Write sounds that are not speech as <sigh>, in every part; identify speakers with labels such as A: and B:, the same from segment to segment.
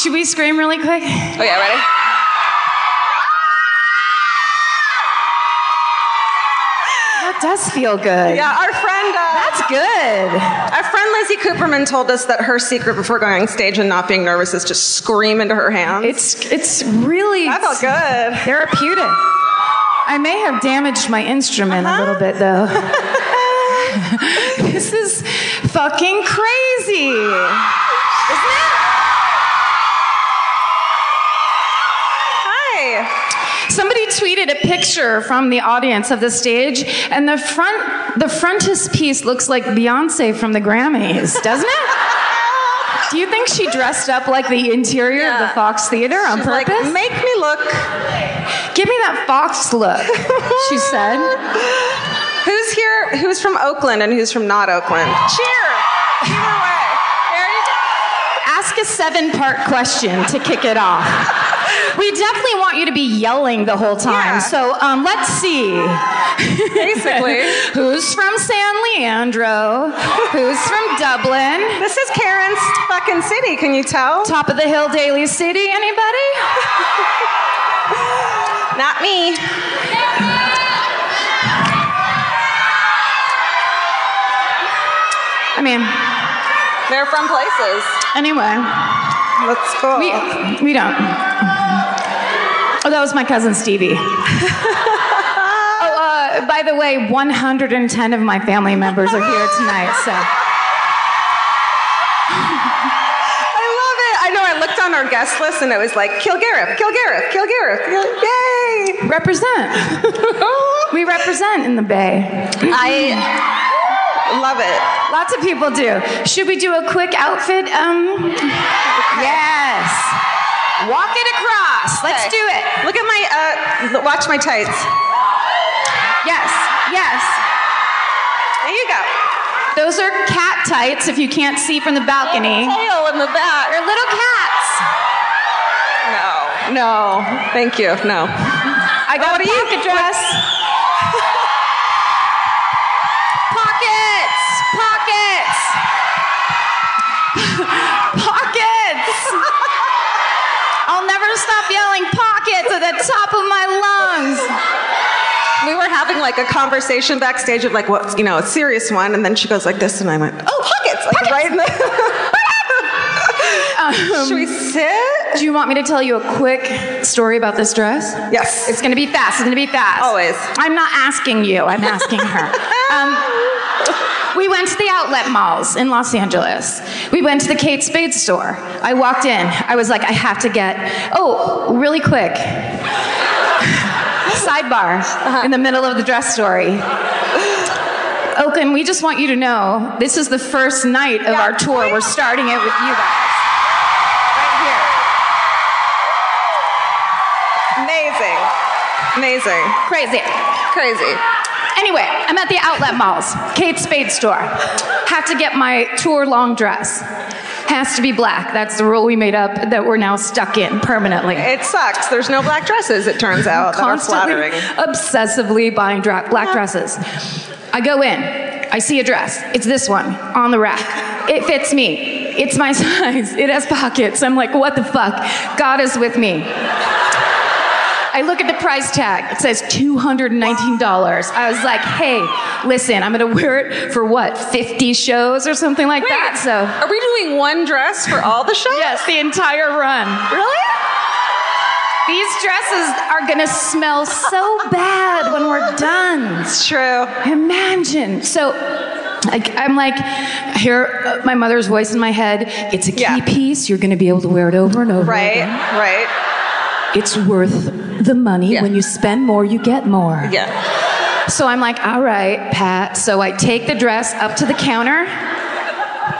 A: Should we scream really quick?
B: Oh yeah, ready?
A: That does feel good.
B: Yeah, our friend. Uh,
A: That's good.
B: Our friend Lizzie Cooperman told us that her secret before going on stage and not being nervous is to scream into her hands.
A: It's it's really.
B: That felt <laughs> good.
A: Therapeutic. I may have damaged my instrument uh-huh. a little bit though. <laughs> this is fucking crazy.
B: Isn't it?
A: Somebody tweeted a picture from the audience of the stage, and the front the frontispiece looks like Beyonce from the Grammys,
B: <laughs>
A: doesn't it? Do you think she dressed up like the interior yeah. of the Fox Theater on
B: She's
A: purpose?
B: Like, Make me look.
A: Give me that Fox look, she said.
B: Who's here? Who's from Oakland and who's from not Oakland? Cheer! Either way. There you go.
A: Ask a seven part question to kick it off. We definitely want you to be yelling the whole time. Yeah. So um, let's see.
B: Basically,
A: <laughs> who's from San Leandro? Who's from Dublin?
B: This is Karen's fucking city. Can you tell?
A: Top of the hill, Daly City. Anybody?
B: Not me.
A: I mean,
B: they're from places.
A: Anyway,
B: let's go.
A: We, we don't. Oh, that was my cousin Stevie. oh, uh, by the way, 110 of my family members are here tonight, so.
B: I love it. I know I looked on our guest list and it was like, kill Gareth, kill Gareth, kill Gareth.
A: <laughs>
B: Yay!
A: Represent. we represent in the Bay.
B: I love it.
A: Lots of people do. Should we do a quick outfit? Um, yes. Walk it across. Let's okay. do it.
B: Look at my, uh, watch my tights.
A: Yes, yes.
B: There you go.
A: Those are cat tights if you can't see from the balcony.
B: Little tail in the back.
A: They're little cats.
B: No, no. Thank you. No.
A: I got oh, a pocket <laughs> dress. pockets, pockets, <laughs> pockets. <laughs> I'll never stop yelling pockets at the top of my lungs.
B: We were having like a conversation backstage of like what you know, a serious one, and then she goes like this, and I went, "Oh, pockets!" Like pockets. right in
A: <laughs>
B: the. um, <laughs> Should we sit?
A: Do you want me to tell you a quick story about this dress? Oh,
B: Yes.
A: It's going to be fast. It's going to be fast.
B: Always.
A: I'm not asking you. I'm asking <laughs> her. Um, we went to the outlet malls in Los Angeles. We went to the Kate Spade store. I walked in. I was like, I have to get, oh, really quick. <laughs> Sidebar uh-huh. in the middle of the dress story. Oaken, we just want you to know this is the first night of yeah. our tour. We're starting it with you guys.
B: Right here. Amazing. Amazing.
A: Crazy.
B: Crazy.
A: Anyway, I'm at the outlet malls, Kate Spade store. Have to get my tour long dress. Has to be black. That's the rule we made up that we're now stuck in permanently.
B: It sucks. There's no black dresses, it turns out, that are flattering.
A: obsessively buying dra- black dresses. I go in. I see a dress. It's this one on the rack. It fits me. It's my <laughs> size. It has pockets. I'm like, what the fuck? God is with me. I look at the price tag. It says $219. I was like, hey, listen, I'm going to wear it for what, 50 shows or something like that? So,
B: uh, Are we doing one dress for all the shows?
A: yes, the entire run.
B: Really?
A: These dresses are going to smell so bad when we're done.
B: It's true.
A: Imagine. So I, I'm like, I hear uh, my mother's voice in my head. It's a key
B: Yeah.
A: piece. You're going to be able to wear it over and over.
B: Right,
A: again.
B: right.
A: It's worth the money.
B: Yeah.
A: When you spend more, you get more.
B: Yeah.
A: So I'm like, all right, Pat. So I take the dress up to the counter.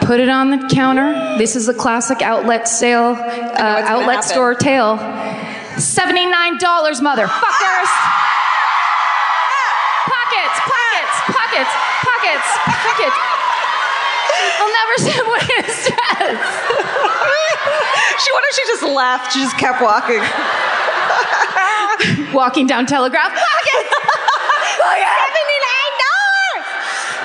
A: Put it on the counter. This is a classic outlet sale, uh,
B: what's gonna
A: outlet
B: happen.
A: store tale. $79, motherfuckers! Pockets, pockets, pockets, pockets, pockets. I'll never say what it says.
B: She, what if she just left? She just kept
A: <laughs>
B: walking.
A: Walking down Telegraph, pockets!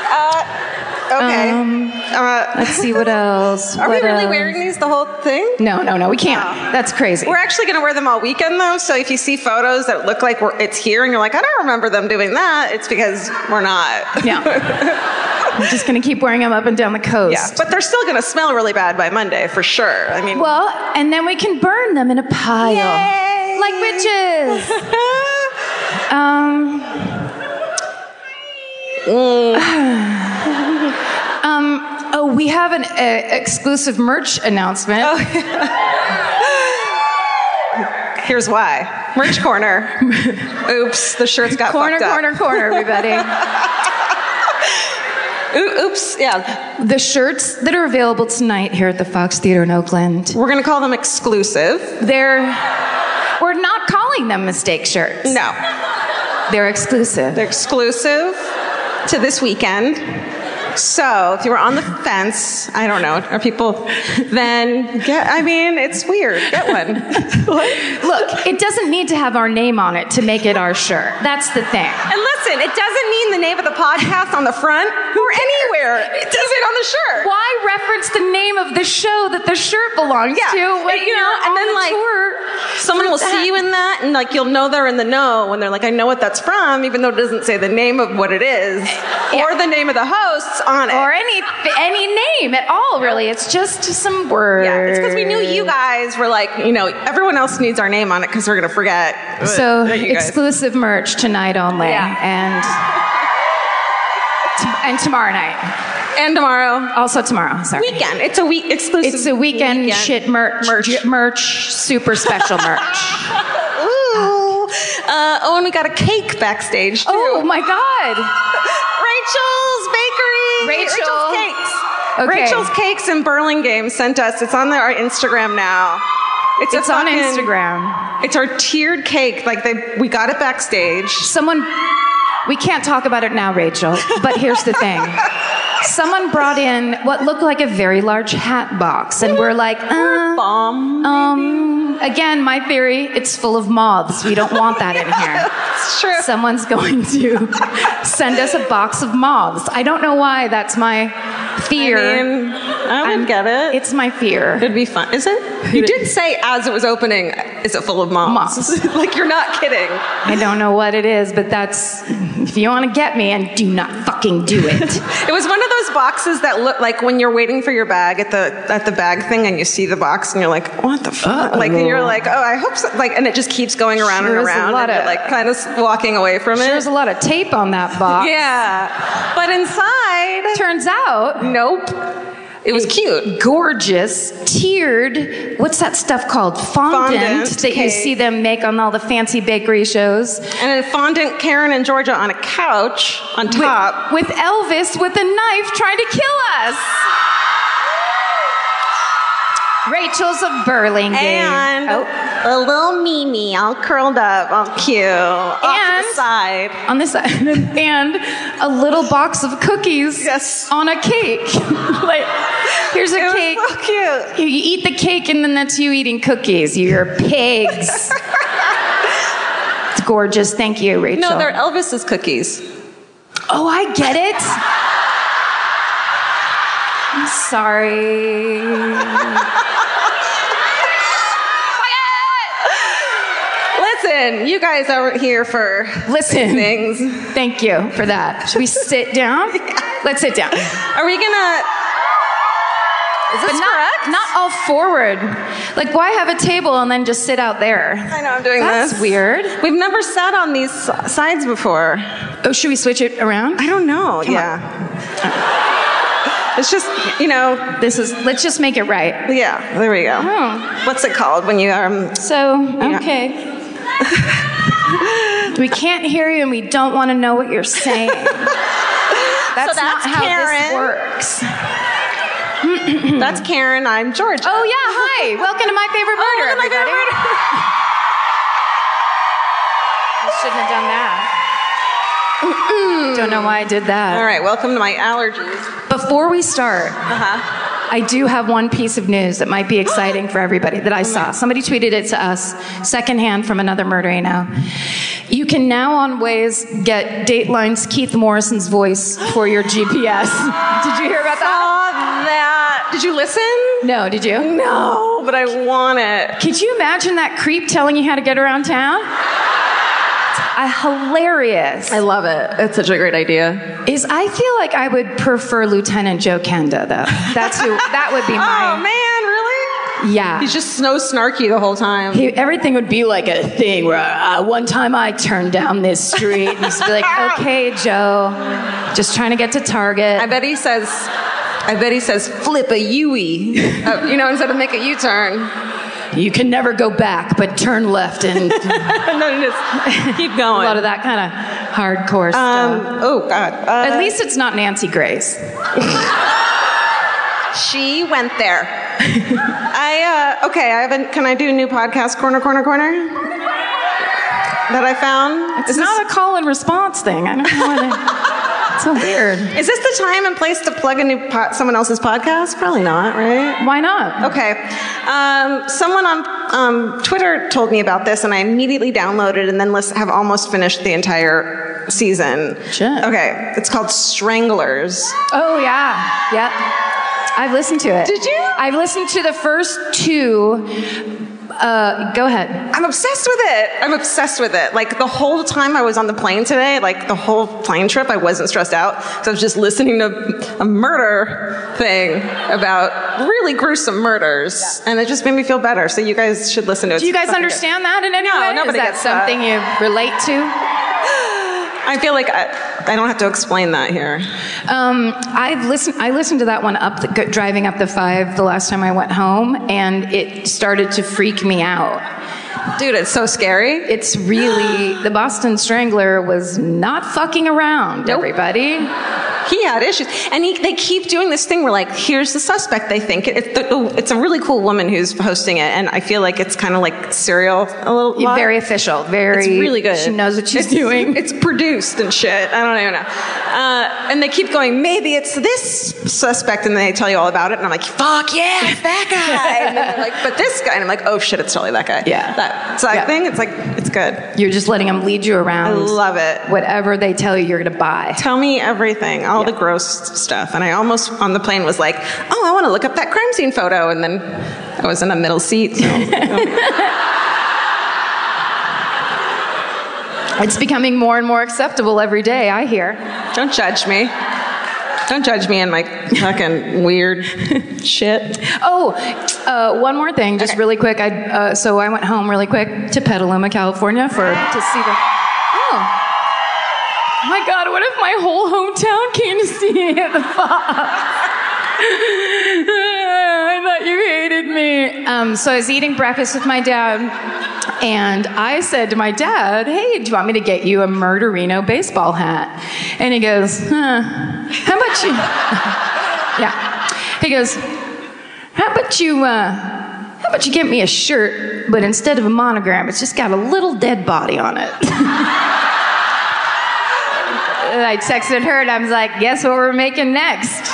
B: Uh, okay.
A: Um,
B: uh,
A: Let's see what else.
B: are we
A: What
B: really
A: else?
B: wearing these the whole thing?
A: No, no, no, we can't. That's crazy.
B: We're actually going to wear them all weekend, though. So if you see photos that look like we're, it's here and you're like, I don't remember them doing that, it's because we're not.
A: No. I'm just going to keep wearing them up and down the coast.
B: Yeah. But they're still going to smell really bad by Monday for sure. I mean,
A: well, and then we can burn them in a pile.
B: Yay.
A: Like witches. Um, <sighs> um, oh, we have an uh, exclusive merch announcement.
B: <laughs> Oh, here's why. Merch corner.
A: <laughs>
B: Oops, the shirts got
A: corner,
B: fucked
A: corner,
B: up.
A: corner, everybody.
B: <laughs> Ooh, oops, yeah.
A: the shirts that are available tonight here at the Fox Theater in Oakland,
B: We're going to call them exclusive.
A: they're. We're not calling them mistake shirts.
B: No,
A: They're exclusive.
B: they're exclusive to this weekend. So if you were on the fence, I don't know, are
A: <laughs>
B: people, then get, I mean, it's weird. Get
A: <laughs>
B: one. <laughs>
A: Look, it doesn't need to have our name on it to make it our shirt. That's the thing.
B: And listen, it doesn't mean the name of the podcast on the front or anywhere. It does it on the shirt.
A: Why reference the name of the show that the shirt belongs
B: Yeah,
A: to when
B: and,
A: you know? And then like
B: Someone will see you in that, and like you'll know they're in the know when they're like, I know what that's from, even though it doesn't say the name of what it is or the name of the hosts on it.
A: or any any name at all. Really, it's just some word.
B: yeah, it's because we knew you guys were like, you know, everyone else needs our name on it because we're gonna forget.
A: So
B: Thank you guys.
A: exclusive merch tonight only,
B: Yeah.
A: and and tomorrow night.
B: and tomorrow
A: Also tomorrow. Sorry.
B: weekend. It's a week exclusive.
A: It's a weekend, shit merch,
B: Merch.
A: j- merch, super special <laughs> merch.
B: Ooh. Uh, oh, and we got a cake backstage too.
A: Oh my God.
B: Rachel's Bakery.
A: Rachel.
B: Rachel's Cakes.
A: Okay.
B: Rachel's Cakes in Burlingame sent us. It's on our Instagram now. It's, a
A: It's on
B: fucking-
A: Instagram.
B: It's our tiered cake. Like they, we got it backstage.
A: Someone, we can't talk about it now, Rachel, but here's the thing. Someone brought in what looked like a very large hat box, and we're like, uh,
B: Bomb.
A: um, again, my theory, it's full of moths. We don't want that in here.
B: It's true.
A: Someone's going to send us a box of moths. I don't know why that's my fear.
B: I mean, I would
A: I'm-
B: get it.
A: It's my fear.
B: It'd be fun, is it? You did say as it was opening, is it full of moms?
A: Moms.
B: <laughs> like you're not kidding.
A: I don't know what it is, but that's if you want to get me and do not fucking do
B: <laughs>
A: it.
B: It was one of those boxes that look like when you're waiting for your bag at the at the bag thing, and you see the box, and you're like, "What the fuck?" Like, and you're like, "Oh, I hope so." Like, and it just keeps going around
A: Sure
B: and
A: is a
B: around, and
A: lot of-
B: you're like kind of walking away from it.
A: There's a lot of tape on that box.
B: yeah, but inside,
A: Turns out,
B: nope. It was cute.
A: gorgeous, tiered, what's that stuff called? Fondant,
B: Fondant
A: that you
B: cake.
A: see them make on all the fancy bakery shows.
B: And then fondant Karen and Georgia on a couch on top.
A: With Elvis with a knife trying to kill us. Rachel's a Burlingame.
B: And
A: Oh,
B: a little Mimi, all curled up, all cute, off to the
A: And-
B: side.
A: on this side. <laughs> and a little box of cookies
B: Yes.
A: on a cake. <laughs> like, here's a
B: It was
A: cake.
B: so cute.
A: You, you eat the cake, and then that's you eating cookies. You're pigs. it's gorgeous. Thank you, Rachel.
B: No, they're Elvis's cookies.
A: Oh, I get it. I'm sorry.
B: Listen, you guys are here for
A: Listen,
B: things.
A: thank you for that. Should we sit
B: <laughs>
A: down? Let's sit down.
B: Are we gonna? Is this
A: But not,
B: correct?
A: not all forward. Like, why have a table and then just sit out there?
B: I know I'm doing
A: That's
B: this.
A: weird.
B: We've never sat on these s- sides before.
A: Oh, should we switch it around?
B: I don't know. yeah. <laughs> it's just you know.
A: This is, let's just make it right.
B: Yeah. There we go.
A: Oh.
B: What's it called when you um?
A: So,
B: Yeah.
A: okay. we can't hear you and we don't want to know what
B: <laughs>
A: you're saying. That's, not
B: that's
A: how
B: Karen.
A: this works.
B: That's Karen. I'm George.
A: Oh yeah, Oh, hi. Welcome to my favorite murder,
B: look at Oh, my favorite
A: everybody. I shouldn't have done that. <clears throat> Don't know why I did that.
B: All right. Welcome to my allergies.
A: Before we start,
B: Uh-huh.
A: I do have one piece of news
B: <gasps>
A: that might be exciting for everybody
B: Oh,
A: that I saw. Somebody tweeted it to us secondhand from another murder I know. You can now on Waze get Dateline's Keith Morrison's voice for
B: <gasps>
A: your GPS. Did you hear about that?
B: Saw that. Did you listen?
A: No, did you?
B: No, but I want it.
A: Could you imagine that creep telling you how to get
B: <laughs>
A: around town? Uh, hilarious.
B: love it. It's such a great idea.
A: Is I feel like I would prefer Lieutenant Joe Kenda though. That's who. That would be
B: <laughs> Oh man,
A: mine.
B: really?
A: yeah.
B: He's just so snarky the whole time.
A: He- everything would be like a thing where uh, one time I turned down this street and he'd
B: <laughs>
A: be like, "Okay, Joe, just trying to get to Target."
B: I bet he says, I bet he says, flip a Yui, uh, you know, instead of make a U turn.
A: you can never go back, but turn left
B: <laughs> <laughs>
A: and
B: no, just keep going.
A: a lot of that kind of hardcore
B: um,
A: stuff.
B: oh God. Uh,
A: At least it's not Nancy Grace.
B: she went there.
A: <laughs>
B: I uh, okay. I haven't. Can I do new podcast corner corner corner? That I found.
A: It's not a call and response thing. I don't know what it,
B: <laughs>
A: It's so weird.
B: Is this the time and place to plug a new po- someone else's podcast? Probably not, right?
A: Why not?
B: Okay. Um, someone on um, Twitter told me about this, and I immediately downloaded and then lis- have almost finished the entire season.
A: Shit.
B: Okay. It's called Stranglers.
A: Oh yeah, yep. I've listened to it.
B: Did you?
A: I've listened to the first two. Uh, go ahead.
B: I'm obsessed with it. I'm obsessed with it. Like the whole time I was on the plane today, like the whole plane trip, I wasn't stressed out because I was just listening to a murder thing about really gruesome murders, and it just made me feel better. So you guys should listen to it.
A: Do you guys understand that in any
B: No,
A: way?
B: nobody
A: Is that
B: gets that.
A: something you relate to?
B: I feel like I, I don't have to explain that here.
A: Um, I've listened. I listened to that one up the, go- driving up the five the last time I went home, and it started to freak me out.
B: Dude, it's so scary.
A: It's
B: <gasps>
A: really the Boston Strangler was not fucking around. Everybody.
B: he had issues and he, they keep doing this thing where like here's the suspect they think it, it, it's a really cool woman who's hosting it and i feel like it's kind of like serial a little lot.
A: Very official. Very.
B: it's really good
A: She knows what she's
B: It's-
A: doing.
B: it's produced and shit i don't even know uh, and they keep going maybe it's this suspect and they tell you all about it and i'm like fuck yeah it's that guy and then they're like but this guy and i'm like oh shit it's totally that guy
A: Yeah.
B: that, so that
A: Yeah.
B: thing it's like it's good
A: You're just letting them lead you around.
B: i love it
A: Whatever they tell you, you're gonna buy.
B: Tell me everything, all the gross stuff. And I almost on the plane was like, oh, I want to look up that crime scene photo. And then I was in a middle seat. So I
A: <laughs>
B: was like, oh.
A: It's becoming more and more acceptable every day. I hear.
B: Don't judge me. Don't judge me and my fucking weird <laughs> shit.
A: Oh, uh, one more thing, just really quick. I uh, so I went home really quick to Petaluma, California, for to see the. Oh. My God! What if my whole hometown came to see me at the <laughs> I thought you hated me. Um, so I was eating breakfast with my dad, and I said to my dad, Hey, do you want me to get you a murderino baseball hat? And he <laughs> goes, huh, How about you? yeah. He goes, How about you? Uh, how about you get me a shirt, but instead of a monogram, it's just got a little dead body on it. <laughs> And I texted her and I was like, guess what we're making next?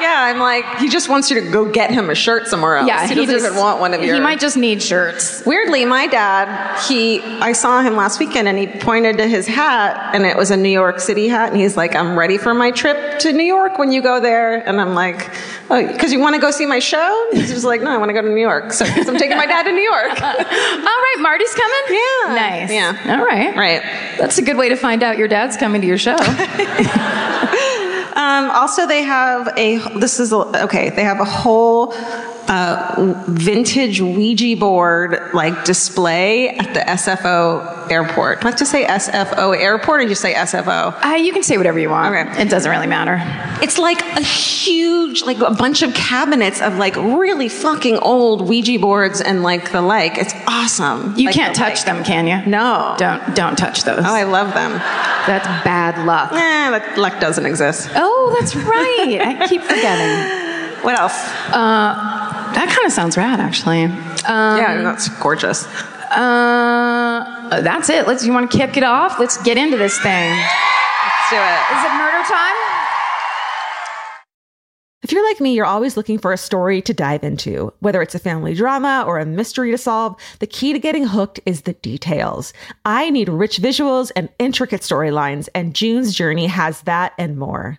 C: Yeah, I'm like, he just wants you to go get him a shirt somewhere else. he, doesn't even want one of your.
A: He might just need shirts.
C: Weirdly, my dad, he, I saw him last weekend and he pointed to his hat and it was a New York City hat and he's like, I'm ready for my trip to New York when you go there. And I'm like, oh, because you want to go see my show? And he's just like, no, I want to go to New York. So 'cause I'm taking my dad to New York.
A: <laughs>
C: <laughs>
A: All right, Marty's coming?
C: Yeah.
A: Nice.
C: Yeah.
A: All right.
C: right.
A: That's a good way to find out your dad's coming to your
C: <laughs>
A: show. Uh,
C: Um, also, they have a. This is a, okay. They have a whole uh, vintage Ouija board like display at the SFO airport. Do I have to say SFO airport, or you say SFO?
A: uh, you can say whatever you want.
C: Okay.
A: It doesn't really matter.
C: It's like a huge, like a bunch of cabinets of like really fucking old Ouija boards and like the like. It's awesome.
A: You
C: Like,
A: can't
C: the
A: touch
C: like.
A: them, can you?
C: No.
A: Don't don't touch those.
C: Oh, I love them.
A: That's bad luck.
C: Eh, that luck doesn't exist.
A: Oh, that's right. I keep forgetting.
C: What else?
A: Uh, that kind of sounds rad, actually. Um,
C: yeah, that's gorgeous.
A: Uh, that's it. Let's. You want to kick it off? Let's get into this thing.
C: Let's do it.
A: Is it murder time?
B: If you're like me, you're always looking for a story to dive into. Whether it's a family drama or a mystery to solve, the key to getting hooked is the details. I need rich visuals and intricate storylines, and June's Journey has that and more.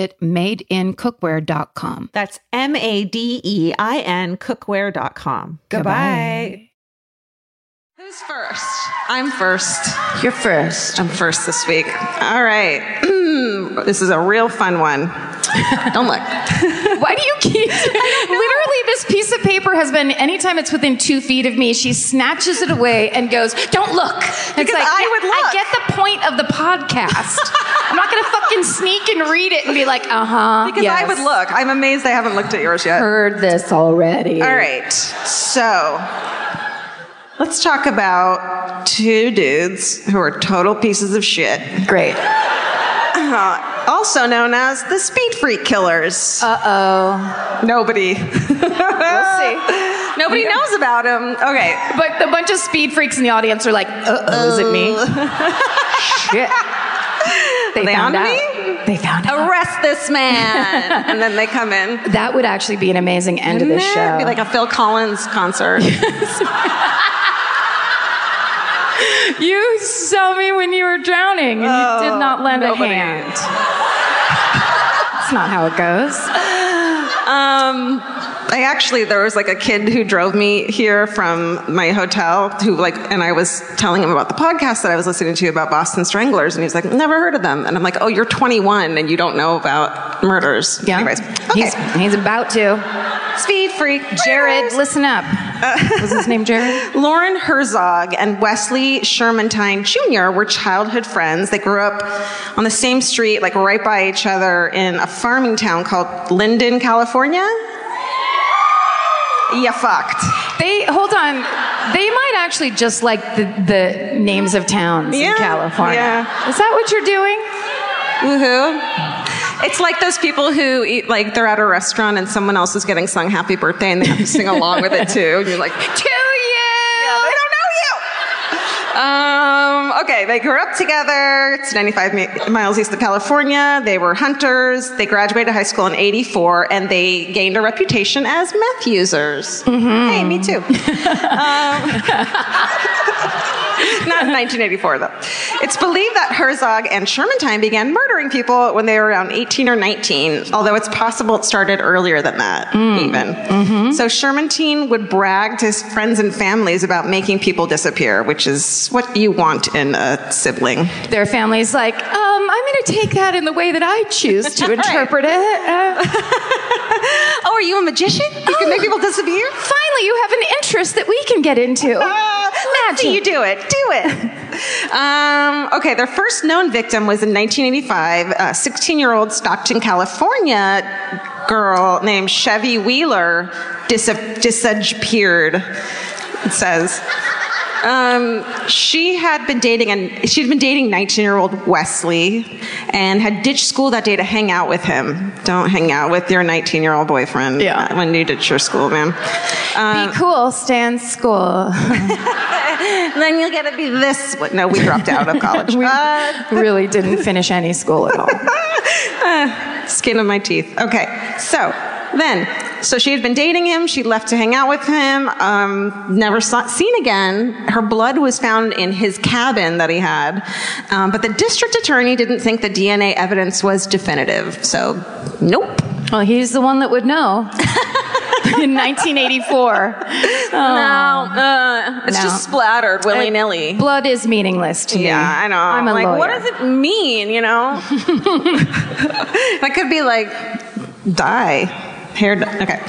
D: madeincookware.com.
B: That's M A D E I N cookware.com. Goodbye.
C: Who's first? I'm first.
A: You're first.
C: I'm first this week. All right. <clears throat> this is a real
A: <laughs>
C: fun one. Don't look.
A: Ah, Why do you keep? <laughs> Literally, this piece of paper has been. Anytime it's within two feet of me, she snatches it away and goes, "Don't look." It's
C: Because I would look.
A: I get the point of the podcast. I'm not gonna fucking sneak and read it and be like, "Uh huh."
C: Because I
A: yes.
C: would look. I'm amazed I haven't looked at yours yet.
A: Heard this already.
C: All right. So let's talk about two dudes who are total pieces of shit,
A: Great.
C: Uh, also known as the Speed Freak Killers. Uh oh. Nobody.
A: We'll see.
C: <laughs> Nobody knows about them. Okay.
A: But the bunch of speed freaks in the audience are like, "Uh oh, is it me?" Shit. They,
C: They
A: found
C: on
A: out.
C: me?
A: They found out.
C: Arrest
A: <laughs>
C: this man. and then they come in.
A: That would actually be an amazing end to this
C: Nah,
A: show.
C: it'd be like a Phil Collins concert.
A: you saw me when you were drowning and you did not lend
C: Oh, nobody.
A: a hand. That's not how it goes.
C: Um, I actually there was like a kid who drove me here from my hotel who like and I was telling him about the podcast that I was listening to about Boston Stranglers and he was like never heard of them and I'm like oh you're 21 and you don't know about murders
A: Yeah.
C: anyways okay
A: He's, he's about to.
C: speed freak
A: Jared,
C: murders.
A: listen up.
C: Uh,
A: Was his name
C: <laughs>
A: Jared?
C: Lauren Herzog and Wesley Shermantine Jr. were childhood friends. They grew up on the same street, like right by each other, in a farming town called Linden, California. Yeah, fucked.
A: They hold on. They might actually just like the, the names of towns
C: Yeah,
A: in California.
C: yeah.
A: Is that what you're doing?
C: Woohoo. It's like those people who eat, like, they're at a restaurant and someone else is getting sung happy birthday and they have to sing along with it too. And you're like,
A: To you.
C: Yeah, they don't know you. Um, okay, they grew up together. It's 95 mi- miles east of California. They were hunters. They graduated high school in 84 and they gained a reputation as meth users. Hey, me <laughs> too. Um, Not in 1984, though. It's believed that Herzog and Shermantine began murdering people when they were around 18 or 19, although it's possible it started earlier than that, even. So Shermantine would brag to his friends and families about making people disappear, which is what you want in a sibling.
A: Their family's like, um, I'm going to take that in the way that I choose
C: <laughs>
A: to interpret it. Uh,
C: Oh, are you a magician? You can make people disappear?
A: Finally, you have an interest that we can get into.
C: Ah, <laughs> let's see you do it. Do it. <laughs> Um, okay, their first known victim was in 1985, a 16 year old uh, Stockton, California girl named Chevy Wheeler dis- disappeared, it says. Um, she had been dating and she'd been dating 19 year old Wesley and had ditched school that day to hang out with him. Don't hang out with your 19 year old boyfriend
A: Yeah.
C: when you ditch your school, Um, man.
A: Be cool, Stan School.
C: then you'll get to be this. One. No, we dropped out of <laughs> college. Uh,
A: really didn't finish any school at all.
C: skin of my teeth. Okay, so then, so she had been dating him. She left to hang out with him. Um, never saw, seen again. Her blood was found in his cabin that he had, um, but the district attorney didn't think the DNA evidence was definitive. So, nope.
A: <laughs> Well, he's the one that would know. <laughs> In <laughs> Oh. 1984.
C: Uh, it's
A: No.
C: just splattered willy nilly.
A: Blood is meaningless to me.
C: Yeah, I know.
A: I'm a
C: like,
A: lawyer.
C: what does it mean? You know,
A: <laughs>
C: that could be like die, hair. d- Okay.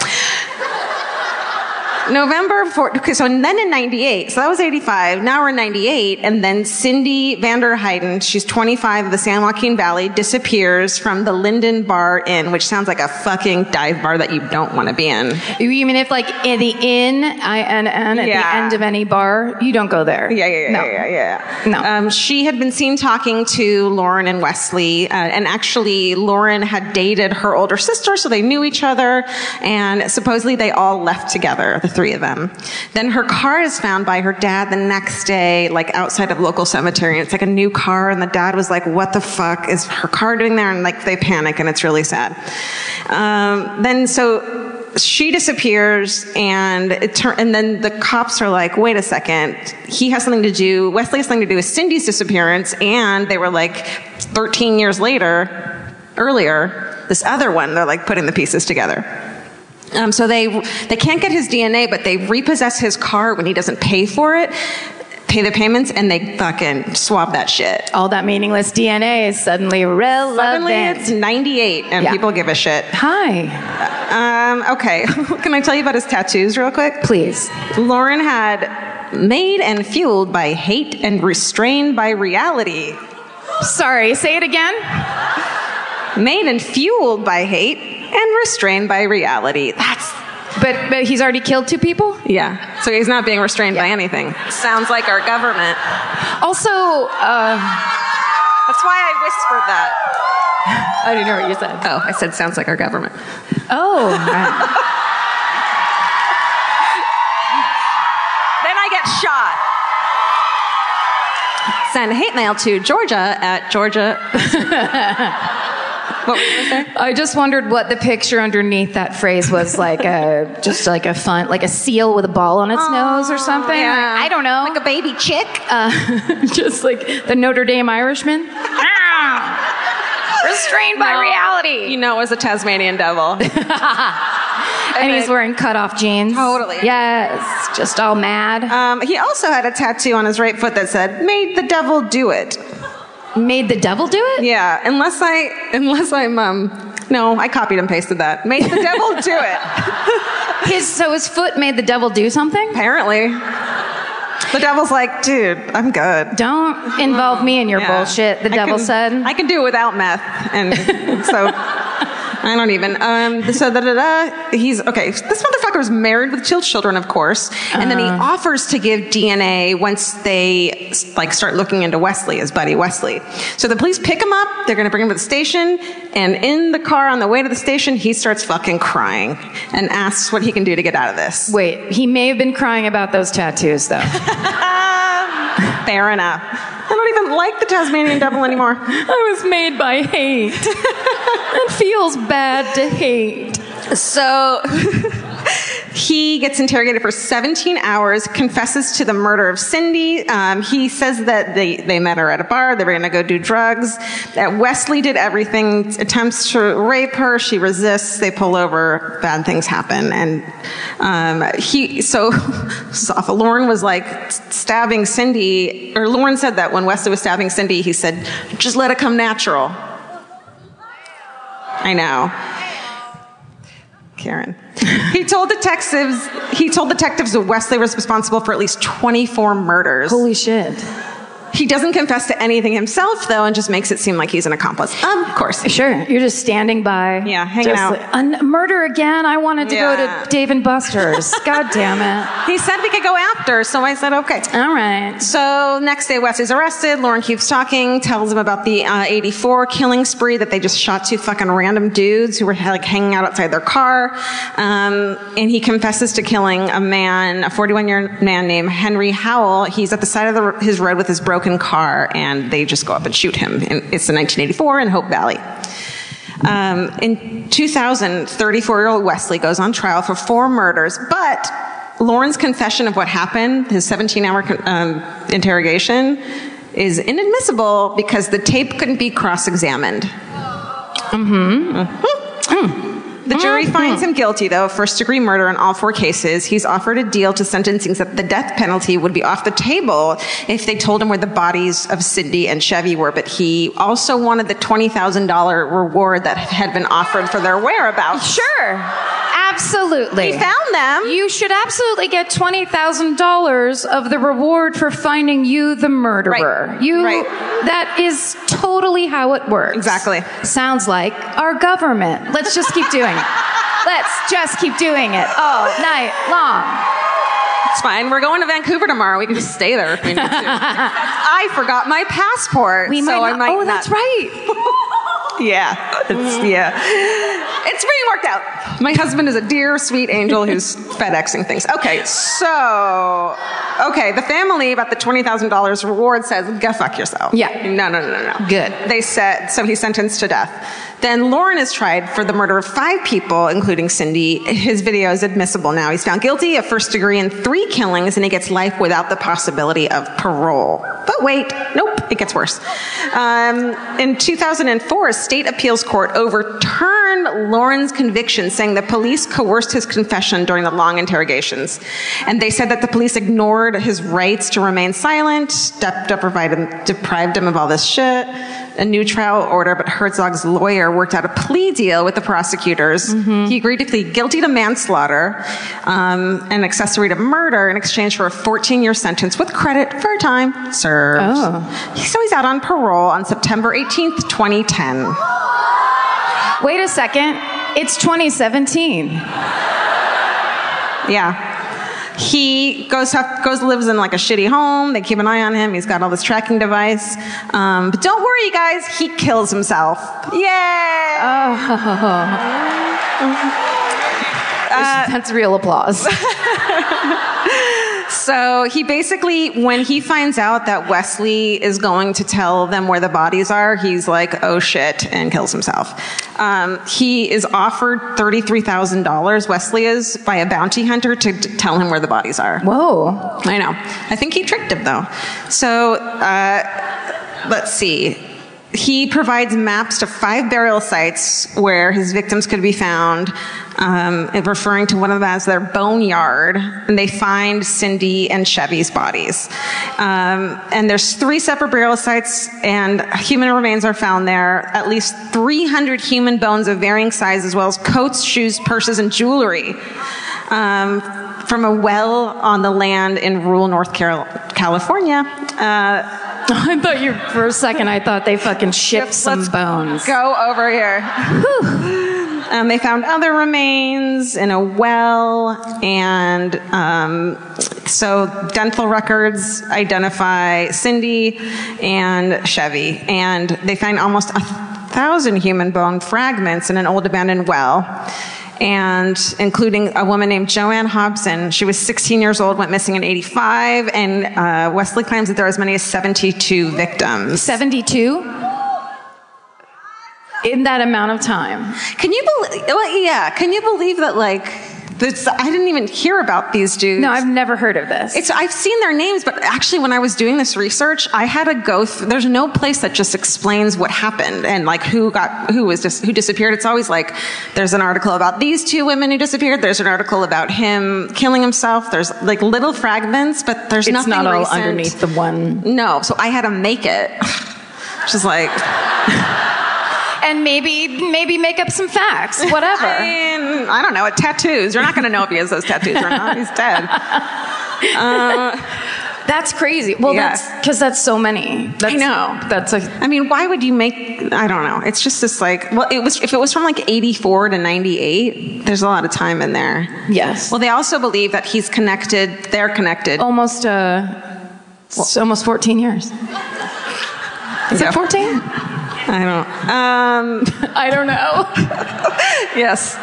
C: November 4th, okay, so then in 98, so that was 85, now we're in 98, and then Cindy Vander Heiden, she's 25 of the San Joaquin Valley, disappears from the Linden Bar Inn, which sounds like a fucking dive bar that you don't want to be in.
A: You mean if, like, in the inn, I N N, at
C: Yeah.
A: the end of any bar, you don't go there?
C: Yeah, yeah, yeah,
A: no.
C: yeah, yeah. yeah.
A: No.
C: Um, she had been seen talking to Lauren and Wesley, uh, and actually, Lauren had dated her older sister, so they knew each other, and supposedly they all left together, the three of them. Then her car is found by her dad the next day, like outside of local cemetery, and it's like a new car, and the dad was like, "What the fuck is her car doing there?" And like they panic, and it's really sad. Um, then so she disappears and it tur- and then the cops are like wait a second he has something to do wesley has something to do with cindy's disappearance and they were like 13 years later earlier this other one they're like putting the pieces together um, so they they can't get his dna but they repossess his car when he doesn't pay for it pay the payments and they fucking swap that shit
A: All that meaningless DNA is suddenly relevant.
C: suddenly it's 98 and
A: Yeah.
C: people give a shit
A: Hi.
C: um, okay <laughs> can i tell you about his tattoos real quick
A: Please.
C: Lauren had made and fueled by hate and restrained by reality.
A: Sorry, say it again.
C: Made and fueled by hate and restrained by reality. That's
A: But, but he's already killed two people?
C: yeah. So he's not being restrained by anything. Sounds like our government.
A: Also, uh,
C: That's why I whispered that.
A: I didn't know what you said.
C: Oh, I said sounds like our government.
A: Oh, right.
C: Then I get shot. Send hate mail to Georgia at Georgia. what was there?
A: I just wondered what the picture underneath that phrase was like a just like a fun like a seal with a ball on its nose or something.
C: Oh, yeah.
A: <laughs> I don't know.
C: Like a baby chick.
A: uh, <laughs> just like the Notre Dame
C: <laughs>
A: Irishman. Ah! Restrained by reality.
C: You know, it was a Tasmanian devil.
A: and he's wearing cutoff jeans.
C: Totally.
A: Yes. Just all mad.
C: Um, he also had a tattoo on his right foot that said, "Made the devil do it."
A: Made the devil do it?
C: Yeah, unless I, unless I'm, um, no, I copied and pasted that. Made the devil do it.
A: His so his foot made the devil do something?
C: Apparently, the devil's like, dude, I'm good.
A: Don't involve me in your
C: Yeah.
A: bullshit, the
C: I
A: devil
C: can-
A: said.
C: I can do it without meth, and so I don't even. Um, so da da da. He's okay. This motherfucker was married with two children, of course, and then he
A: Uh-huh.
C: offers to give DNA once they like start looking into Wesley, his buddy Wesley. So the police pick him up. They're gonna bring him to the station, and in the car on the way to the station, he starts fucking crying and asks what he can do to get out of this.
A: Wait, he may have been crying about those tattoos though.
C: Fair enough. I don't even like the Tasmanian devil anymore.
A: I was made by hate. <laughs> it feels bad to hate.
C: So he gets interrogated for 17 hours, confesses to the murder of Cindy. Um, he says that they, they met her at a bar, they were going to go do drugs, that Wesley did everything, attempts to rape her, she resists, they pull over, bad things happen. And um, he, so, <laughs> this is awful. Lauren was like stabbing Cindy, or Lauren said that when Wesley was stabbing Cindy, he said, just let it come natural. I know. Karen. he told detectives he told detectives that Wesley was responsible for at least 24 murders.
A: Holy shit.
C: He doesn't confess to anything himself though and just makes it seem like he's an accomplice. Of course.
A: Sure, you're just standing by.
C: Yeah, hanging
A: just
C: out.
A: like, "Un- murder again. I wanted to
C: Yeah.
A: go to Dave and Buster's. God damn it.
C: He said we could go after, so I said okay.
A: <laughs> All right.
C: So next day, Wes is arrested. Lauren keeps talking, tells him about the uh, 84 killing spree that they just shot two fucking random dudes who were like hanging out outside their car. Um, and he confesses to killing a man, a 41 year man named Henry Howell. He's at the side of the, his road with his broken car, and they just go up and shoot him. And it's in 1984 in Hope Valley. Um, in 2000, 34 year old Wesley goes on trial for four murders, but Lauren's confession of what happened, his 17 hour um, interrogation, is inadmissible because the tape couldn't be cross examined. The jury
A: Mm-hmm.
C: finds him guilty, though, of first degree murder in all four cases. He's offered a deal to sentencing that the death penalty would be off the table if they told him where the bodies of Cindy and Chevy were, but he also wanted the $20,000 reward that had been offered for their whereabouts.
A: Sure. Absolutely.
C: He found them.
A: You should absolutely get $20,000 of the reward for finding you the murderer.
C: Right.
A: You
C: Right.
A: that is totally how it works.
C: Exactly.
A: Sounds like our government. Let's just keep doing
C: <laughs>
A: it. Let's just keep doing it all night long.
C: It's fine. We're going to Vancouver tomorrow. We can just
A: <laughs>
C: stay there if we need to. I forgot my passport,
A: We
C: so
A: might
C: I
A: not-
C: might
A: Oh,
C: not-
A: that's
C: right. yeah, it's yeah. It's being worked out. My husband is a dear, sweet angel who's FedExing things. Okay, so okay, the family about the twenty thousand dollars reward says, "Go fuck yourself."
A: Yeah.
C: No, no, no, no, no.
A: Good.
C: They said so. He's sentenced to death. Then Lauren is tried for the murder of five people, including Cindy. His video is admissible now. He's found guilty of first degree in three killings, and he gets life without the possibility of parole. But wait, nope, it gets worse. Um, in 2004, a state appeals court overturned Lauren's conviction, saying the police coerced his confession during the long interrogations, and they said that the police ignored his rights to remain silent, step deprived him, deprived him of all this shit a new trial order, but Herzog's lawyer worked out a plea deal with the prosecutors. He agreed to plead guilty to manslaughter um, and accessory to murder in exchange for a 14 year sentence with credit for time served. So he's out on parole on September 18th, 2010.
A: Wait a second. It's 2017.
C: Yeah. He goes have, goes lives in like a shitty home. They keep an eye on him. He's got all this tracking device. Um, but don't worry, you guys. He kills himself. Yay! Uh, <laughs>
A: That's real applause.
C: So he basically, when he finds out that Wesley is going to tell them where the bodies are, he's like, oh shit, and kills himself. Um, he is offered $33,000, Wesley is, by a bounty hunter to t- tell him where the bodies are.
A: Whoa.
C: I know. I think he tricked him though. So uh, let's see. He provides maps to five burial sites where his victims could be found, um, and referring to one of them as their boneyard. And they find Cindy and Chevy's bodies. Um, and there's three separate burial sites, and human remains are found there. At least 300 human bones of varying size, as well as coats, shoes, purses, and jewelry. Um, from a well on the land in rural North Carol- California. Uh,
A: <laughs> I thought you, for a second, I thought they fucking shipped some bones.
C: go over here. Um, they found other remains in a well, and um, so dental records identify Cindy and Chevy, and they find almost a thousand human bone fragments in an old abandoned well. And including a woman named Joanne Hobson. She was 16 years old, went missing in 85, and uh, Wesley claims that there are as many as 72 victims.
A: 72? In that amount of time.
C: Can you believe? Well, yeah. Can you believe that? Like, this, I didn't even hear about these dudes.
A: No, I've never heard of this.
C: It's, I've seen their names, but actually, when I was doing this research, I had to go. Th- there's no place that just explains what happened and like who got who was just who disappeared. It's always like there's an article about these two women who disappeared. There's an article about him killing himself. There's like little fragments, but there's
A: It's
C: nothing
A: not all
C: recent.
A: underneath the one.
C: No, so I had to make it. <sighs> Which is like,
A: And maybe, maybe make up some facts, whatever.
C: I mean, I don't know, it tattoos. You're not going to know if he has those tattoos or not. He's
A: <laughs>
C: dead. Uh,
A: that's crazy. Well,
C: Yeah.
A: that's because that's so many. That's,
C: know.
A: That's a
C: I mean, why would you make? I don't know. It's just this like, well, it was if it was from like '84 to '98. There's a lot of time in there.
A: yes.
C: Well, they also believe that he's connected. They're connected.
A: almost uh, it's almost 14 years. Is
C: Yeah.
A: it 14?
C: <laughs> I don't. Um,
A: I don't know.
C: yes.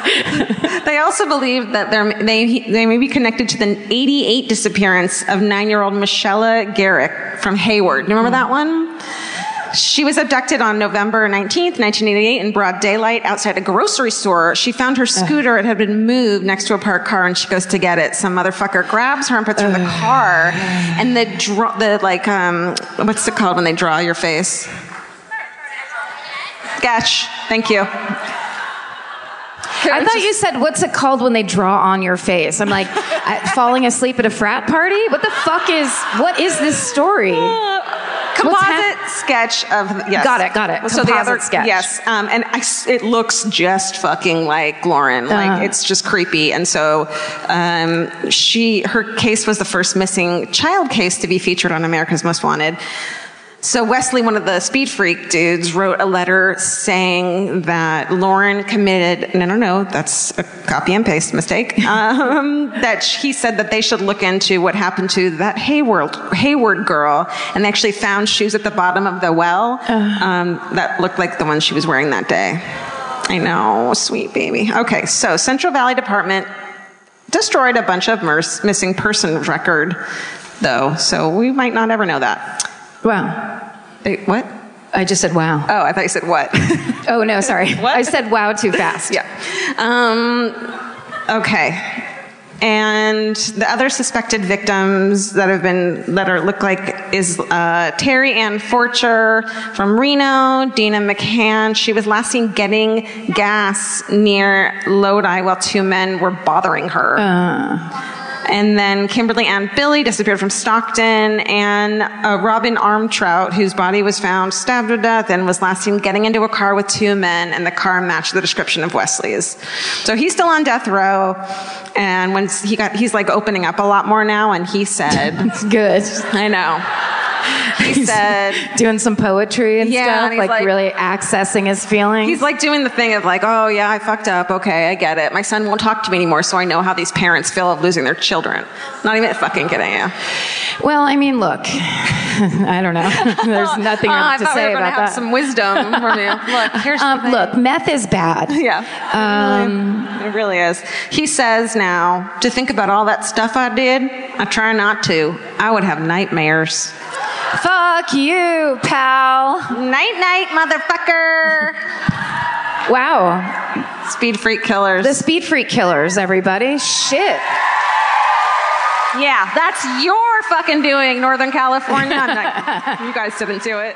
C: <laughs> they also believe that they're, they they may be connected to the '88 disappearance of nine-year-old Michelle Garrick from Hayward. You remember that one? She was abducted on November 19th, 1988, in broad daylight outside a grocery store. She found her scooter. It had been moved next to a parked car, and she goes to get it. Some motherfucker grabs her and puts her in the car. And the, draw, the like, um, what's it called when they draw your face? Sketch. Thank you.
A: <laughs> I thought you said what's it called when they draw on your face? I'm like
C: <laughs>
A: I, falling asleep at a frat party. What the fuck is what is this story?
C: <laughs> composite
A: hap-
C: sketch of yes.
A: Got it, got it.
C: So the
A: Composite
C: other
A: sketch.
C: yes, um, and I s it looks just fucking like Lauren.
A: Uh-huh.
C: Like it's just creepy. And so um, she her case was the first missing child case to be featured on America's Most Wanted. So Wesley, one of the speed freak dudes, wrote a letter saying that Lauren committed. No, no, no, that's a copy and paste mistake. <laughs> Um, that sh- he said that they should look into what happened to that Hayward Hayward girl, and they actually found shoes at the bottom of the well um, that looked like the ones she was wearing that day. I know, sweet baby. Okay, so Central Valley Department destroyed a bunch of mers- missing person record, though, so we might not ever know that.
A: Wow.
C: They, what?
A: I just said wow.
C: Oh, I thought you said what? <laughs>
A: Oh no, sorry. I said wow too fast.
C: yeah. Um, okay. And the other suspected victims that have been that are look like is uh, Terry Ann Forcher from Reno, Dina McCann. She was last seen getting gas near Lodi while two men were bothering her. And then Kimberly Ann Billy disappeared from Stockton, and uh, Robin Armtrout, whose body was found stabbed to death and was last seen getting into a car with two men, and the car matched the description of Wesley's. So he's still on death row, and when he got, he's like opening up a lot more now, and he said, <laughs>
A: Good.
C: "I know." He said,
A: doing some poetry and
C: Yeah,
A: stuff,
C: and he's
A: like,
C: like-
A: really accessing his feelings.
C: He's like doing the thing of like, oh yeah, I fucked up. Okay, I get it. My son won't talk to me anymore, so I know how these parents feel of losing their children. Not even fucking kidding you.
A: well, I mean, look, <laughs> I don't
C: <laughs>
A: know. <laughs> There's nothing
C: Oh, I
A: to
C: thought we
A: say
C: were gonna
A: about
C: have
A: that.
C: some wisdom from
A: <laughs>
C: you. Look, here's the
A: um,
C: thing.
A: look, um, meth is bad.
C: <laughs> Yeah. it really is. He says now to think about all that stuff I did. I try not to. I would have nightmares.
A: Fuck you, pal.
C: Night night, motherfucker.
A: Wow.
C: <laughs> Speed freak killers.
A: The speed freak killers, everybody. Shit.
C: yeah, that's your fucking doing, Northern California. I'm not- you guys didn't do it.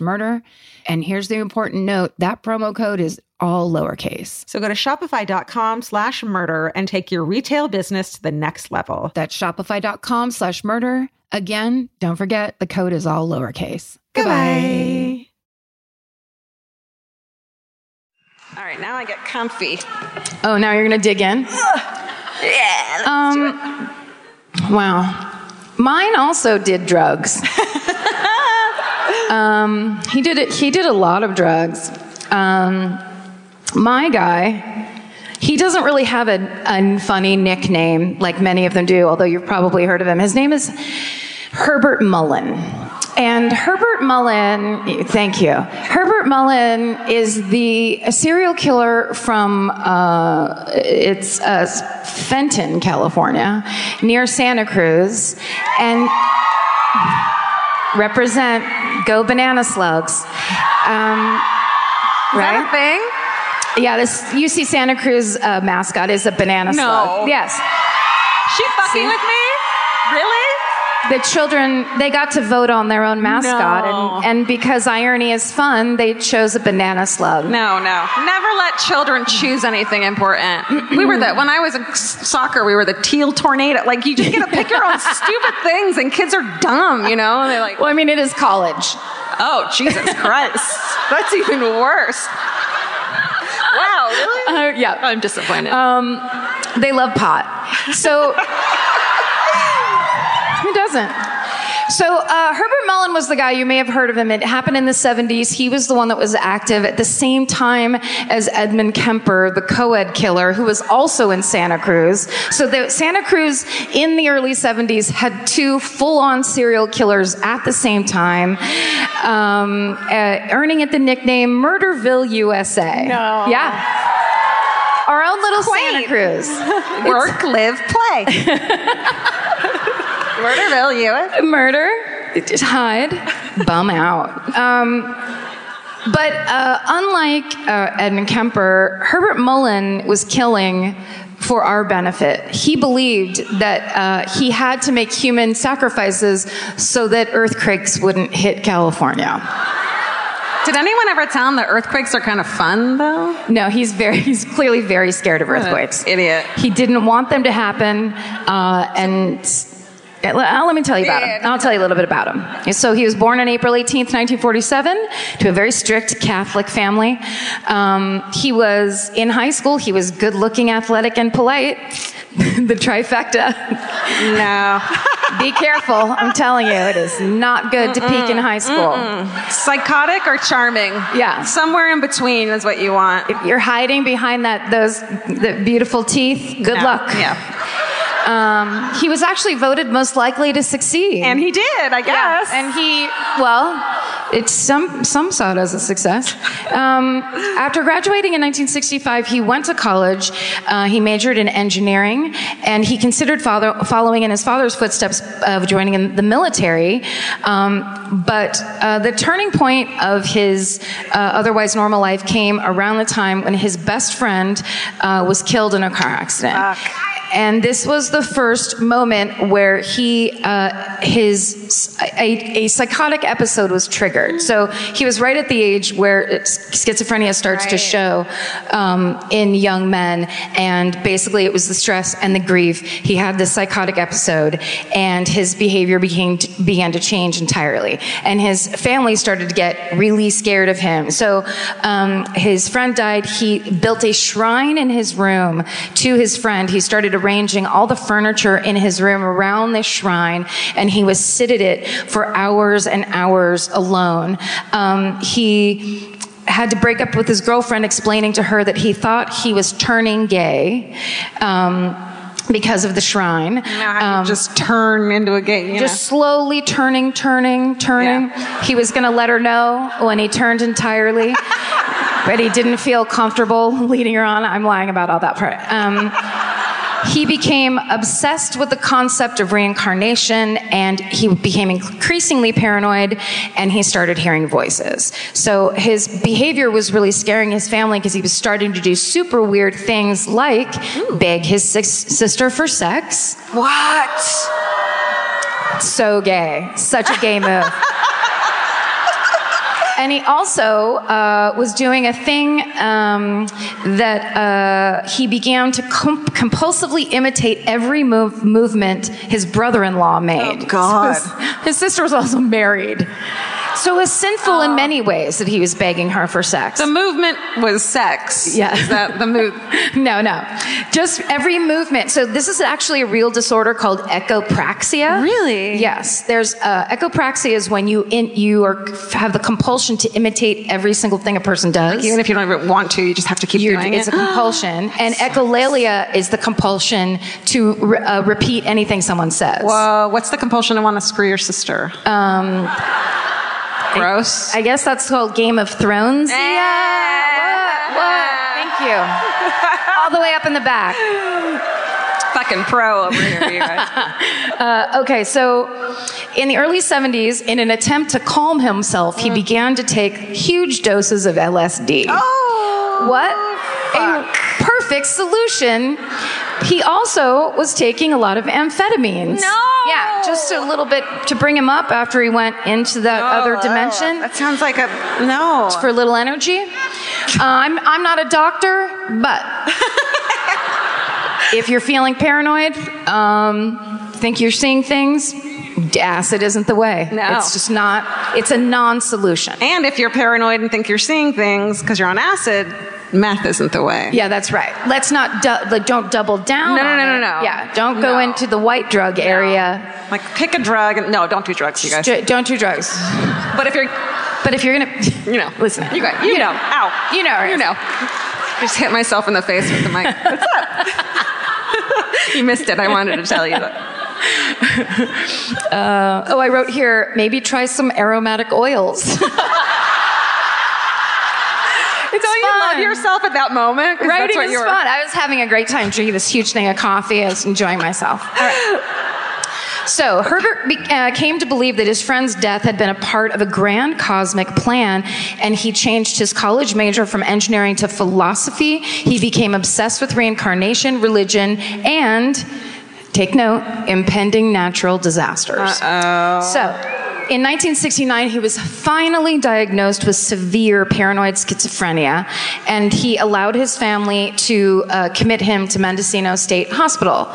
D: murder. And here's the important note that promo code is all lowercase.
B: So go to shopify.com slash murder and take your retail business to the next level.
D: That's shopify.com slash murder. Again, don't forget the code is all lowercase.
B: Goodbye.
C: All right, now I get comfy.
A: Oh, now you're gonna dig in? yeah. Um. Wow. Mine also did drugs. um, he did it. He did a lot of drugs. Um, my guy. He doesn't really have a, a funny nickname like many of them do, although you've probably heard of him. His name is Herbert Mullen. And Herbert Mullen, thank you. Herbert Mullen is the a serial killer from uh, it's uh, Fenton, California, near Santa Cruz, and represent Go Banana Slugs. Um, right? Yeah, this UC Santa Cruz uh, mascot is a banana slug. Yes.
C: She fucking with me? Really?
A: The children, they got to vote on their own mascot.
C: No.
A: And, and because irony is fun, they chose a banana slug.
C: No, no. Never let children choose anything important. We were the when I was in s- soccer, we were the teal tornado. Like you just get to pick
A: <laughs>
C: your own stupid things, and kids are dumb, you know. And they're like,
A: Well, I mean, it is college.
C: "Oh
A: <laughs>
C: Jesus Christ, that's even worse." Wow, really?
A: Uh, yeah.
C: I'm disappointed.
A: Um, they love pot. So <laughs> who doesn't? So uh, Herbert Mullen was the guy you may have heard of him. It happened in the 70s. He was the one that was active at the same time as Edmund Kemper, the co-ed killer, who was also in Santa Cruz. So the, Santa Cruz in the early 70s had two full-on serial killers at the same time, um, uh, earning it the nickname Murderville USA. No. Yeah. Our own little Santa Cruz.
C: Work, live, play. Murderville,
A: <laughs>
C: you.
A: Murder, hide, bum out. Um, but uh, unlike uh, Edmund Kemper, Herbert Mullen was killing for our benefit. He believed that uh, he had to make human sacrifices so that earthquakes wouldn't hit California.
C: Did anyone ever tell him that earthquakes are kind of fun, though?
A: No, he's very, he's clearly very scared of earthquakes.
C: idiot.
A: He didn't want them to happen, uh, and uh, let uh, let me tell you about him. I'll tell you a little bit about him. So he was born on April 18th, 1947, to a very strict Catholic family. Um, he was in high school. He was <laughs> good-looking, athletic, and polite. the trifecta.
C: No.
A: <laughs> Be careful. I'm telling you, it is not good to peak in high school.
C: Psychotic or charming?
A: Yeah.
C: Somewhere in between is what you want.
A: If you're hiding behind that those the beautiful teeth, good
C: No.
A: luck.
C: Yeah.
A: Um, he was actually voted most likely to succeed.
C: And he did, I
A: Yeah,
C: guess.
A: And he, well, it's some some saw it as a success. Um, after graduating in 1965, he went to college. Uh, he majored in engineering, and he considered father, following in his father's footsteps of joining in the military. Um, but uh, the turning point of his uh, otherwise normal life came around the time when his best friend uh, was killed in a car accident. And this was the first moment where he, uh, his, a, a psychotic episode was triggered. So he was right at the age where it's, schizophrenia starts to show um, in young men. And basically, it was the stress and the grief. He had this psychotic episode, and his behavior became began to change entirely. And his family started to get really scared of him. So um, his friend died. He built a shrine in his room to his friend. He started arranging all the furniture in his room around this shrine, and he was seated it for hours and hours alone. Um, he had to break up with his girlfriend, explaining to her that he thought he was turning gay. Um, because of the shrine.
C: Now how you just turn into a game. You
A: Um, Just slowly turning, turning, turning. He was going to let her know when he turned entirely, but he didn't feel comfortable leading her on. I'm lying about all that part. Um, he became obsessed with the concept of reincarnation and he became increasingly paranoid and he started hearing voices. So his behavior was really scaring his family because he was starting to do super weird things like beg his sis- sister for sex
C: know. What?
A: so gay. Such a gay move. And he also uh, was doing a thing um, that uh, he began to com- compulsively imitate every move- movement his brother-in-law made.
C: Oh, God.
A: So His, his sister was also married, so it was sinful
C: Ah.
A: in many ways that he was begging her for sex.
C: The movement was sex.
A: Yeah.
C: Is that the
A: <laughs>
C: move?
A: no, no. Just every movement. So this is actually a real disorder called echopraxia.
C: Really?
A: Yes. There's uh, echopraxia is when you in, you are have the compulsion to imitate every single thing a person does.
C: Even if you don't even want to, you just have to keep
A: You're-
C: doing
A: it's
C: it. <gasps>
A: a compulsion, and echolalia is the compulsion to re- uh, repeat anything someone says.
C: Whoa, what's the compulsion to want to screw your sister?
A: Um,
C: Gross.
A: I guess that's called Game of Thrones.
C: Eh.
A: Yeah. What? What? Thank you.
C: <laughs>
A: All the way up in the back.
C: Fucking pro over here,
A: <laughs>
C: you guys.
A: Okay, so in the early 70s, in an attempt to calm himself, he began to take huge doses of LSD.
C: oh.
A: What a perfect solution. He also was taking a lot of amphetamines.
C: No!
A: Yeah, just a little bit to bring him up after he went into that other dimension
C: Oh, That sounds like a no.
A: for little energy. Uh, I'm, I'm not a doctor, but if you're feeling paranoid, um, think you're seeing things, acid isn't the way.
C: No.
A: It's just not, it's a non solution.
C: and if you're paranoid and think you're seeing things because you're on acid, meth isn't the way.
A: Yeah, that's right. Let's not, du- like, don't double down.
C: No, no,
A: on
C: no, no,
A: it.
C: no.
A: Yeah, don't go
C: No.
A: into the white drug area.
C: Like pick a drug. And, no, don't do drugs, you guys.
A: Ju- don't do drugs.
C: But if you're,
A: But if you're gonna,
C: you know,
A: <laughs> listen,
C: you guys, you, know, ow,
A: you know,
C: you know. Just hit myself in the face with the mic. What's up?
A: <laughs>
C: you missed it. I wanted to tell you that.
A: Oh, I wrote here, maybe try some aromatic oils. it's
C: Don't you love
A: fun.
C: yourself at that moment? <laughs> 'Cause
A: Writing
C: that's what
A: is
C: you were-
A: fun. I was having a great time drinking this huge thing of coffee. I was enjoying myself. All right. So Herbert be- uh, came to believe that his friend's death had been a part of a grand cosmic plan, and he changed his college major from engineering to philosophy. He became obsessed with reincarnation, religion, and take note, impending natural
C: Uh,
A: disasters. So. In 1969, he was finally diagnosed with severe paranoid schizophrenia, and he allowed his family to uh, commit him to Mendocino State Hospital,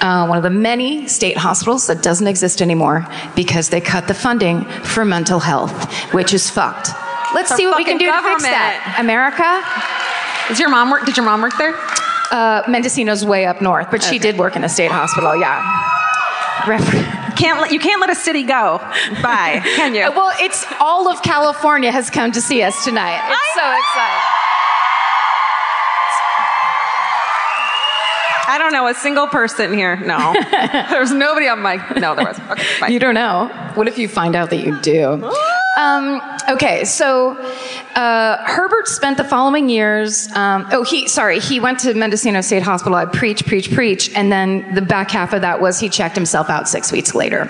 A: uh, one of the many state hospitals that doesn't exist anymore because they cut the funding for mental health, which is fucked. Let's see what we can do
C: fucking
A: to fix that. America,
C: Is your mom work? Did your mom work there?
A: uh, Mendocino's way up north, but she did work in a state hospital, yeah. Refer-
C: Can't let, you can't let a city go.
A: <laughs>
C: Bye. Can you?
A: Uh, Well, it's all of California has come to see us tonight. It's so exciting.
C: I don't know a single person here.
A: <laughs>
C: No. There's nobody on my. No, there was. Okay, bye.
A: You don't know. What if you find out that you
C: <gasps>
A: do? Um, okay, so uh, Herbert spent the following years. Um, oh, he sorry, he went to Mendocino State Hospital. I preach, preach, preach, and then the back half of that was he checked himself out six weeks later.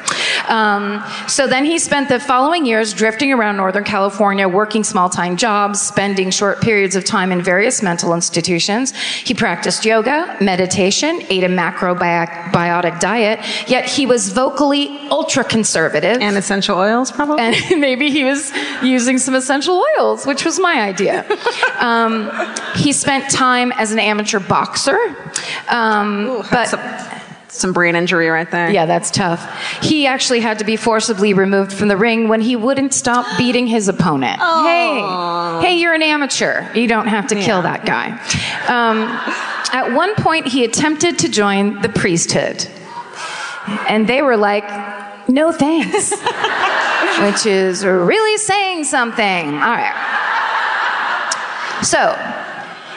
A: Um, so then he spent the following years drifting around Northern California, working small-time jobs, spending short periods of time in various mental institutions. He practiced yoga, meditation, ate a macrobiotic diet. Yet he was vocally ultra conservative
C: and essential oils,
A: <laughs>
C: probably.
A: and maybe he was using some essential oils, which was my
C: <laughs>
A: idea. Um, he spent time as an amateur boxer, um, but.
C: That's a- some brain injury right there.
A: yeah, that's tough. He actually had to be forcibly removed from the ring when he wouldn't stop beating his opponent. Hey, hey, you're an amateur. You don't have to kill that guy. Um, at one point, he attempted to join the priesthood, and they were like, "No thanks," which is really saying something. All right. So,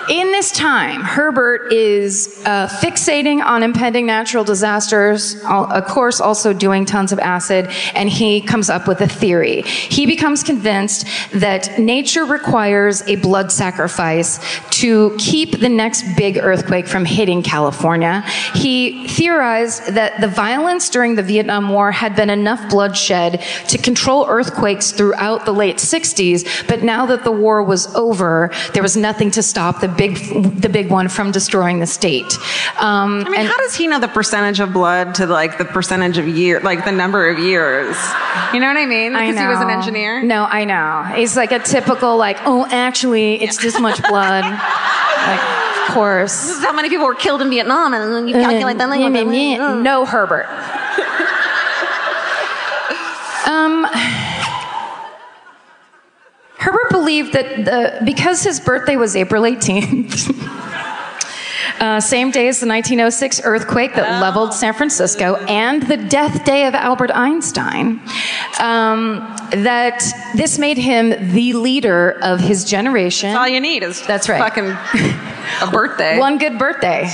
A: in this time, Herbert is uh, fixating on impending natural disasters, al- of course, also doing tons of acid, and he comes up with a theory. He becomes convinced that nature requires a blood sacrifice to keep the next big earthquake from hitting California. He theorized that the violence during the Vietnam War had been enough bloodshed to control earthquakes throughout the late 60s, but now that the war was over, there was nothing to stop the big, the big one from destroying the state. Um,
C: I mean, how does he know the percentage of blood to like the percentage of year, like the number of years? You know what I mean?
A: I
C: Because he was an
A: know.
C: engineer.
A: No, I know. He's like a typical, like, oh, actually, it's this much
C: <laughs>
A: blood. like, of course.
C: This is how many people were killed in Vietnam, and then you
A: Uh,
C: calculate that. like, mm. like, like,
A: mm, No, Herbert. um, Herbert believed that the, because his birthday was April 18th, <laughs> uh, same day as the 1906 earthquake that leveled San Francisco and the death day of Albert Einstein, um, that this made him the leader of his generation.
C: All you need is
A: That's right.
C: Fucking
A: <laughs>
C: a birthday.
A: One good birthday.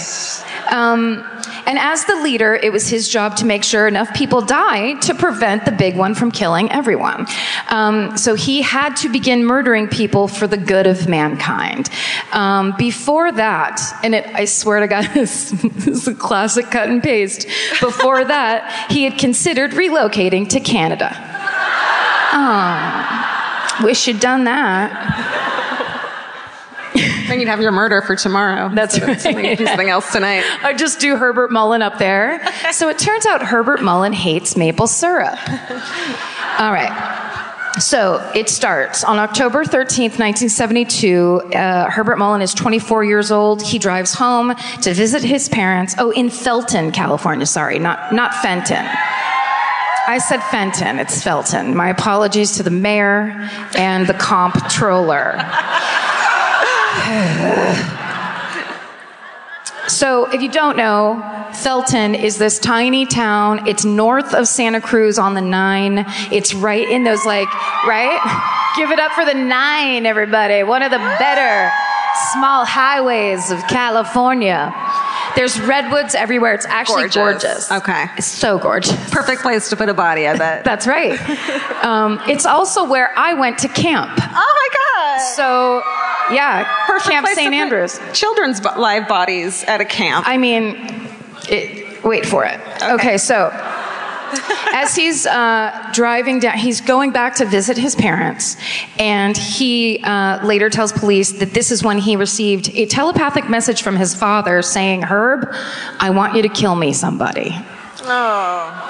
A: Um, and as the leader, it was his job to make sure enough people died to prevent the big one from killing everyone. Um, so he had to begin murdering people for the good of mankind. Um, before that, and it, I swear to God, <laughs> this, is a classic cut and paste. Before <laughs> that, he had considered relocating to Canada. Oh, wish you'd done that.
C: Then you'd have your murder for tomorrow.
A: That's
C: Instead of
A: right.
C: Something, something else tonight.
A: I just do Herbert Mullen up there. So it turns out Herbert Mullen hates maple syrup. All right. So it starts on October 13th, 1972. Uh, Herbert Mullen is 24 years old. He drives home to visit his parents. Oh, in Felton, California. Sorry, not, not Fenton. I said Fenton. It's Felton. My apologies to the mayor and the comptroller. <sighs> So, if you don't know, Felton is this tiny town. It's north of Santa Cruz on the nine. It's right in those, like, right? Give it up for the nine, everybody. One of the better small highways of California. There's redwoods everywhere. It's actually gorgeous.
C: Gorgeous. Okay.
A: It's so gorgeous.
C: Perfect place to put a body, I
A: <laughs>
C: bet.
A: That's right. Um, it's also where I went to camp.
C: oh my god.
A: So, yeah,
C: Perfect
A: Camp
C: place to
A: St.
C: put
A: Andrews.
C: Children's bo- live bodies at a camp.
A: I mean, it, wait for it. Okay, so <laughs> as he's uh, driving down, he's going back to visit his parents, and he uh, later tells police that this is when he received a telepathic message from his father saying, Herb, I want you to kill me somebody.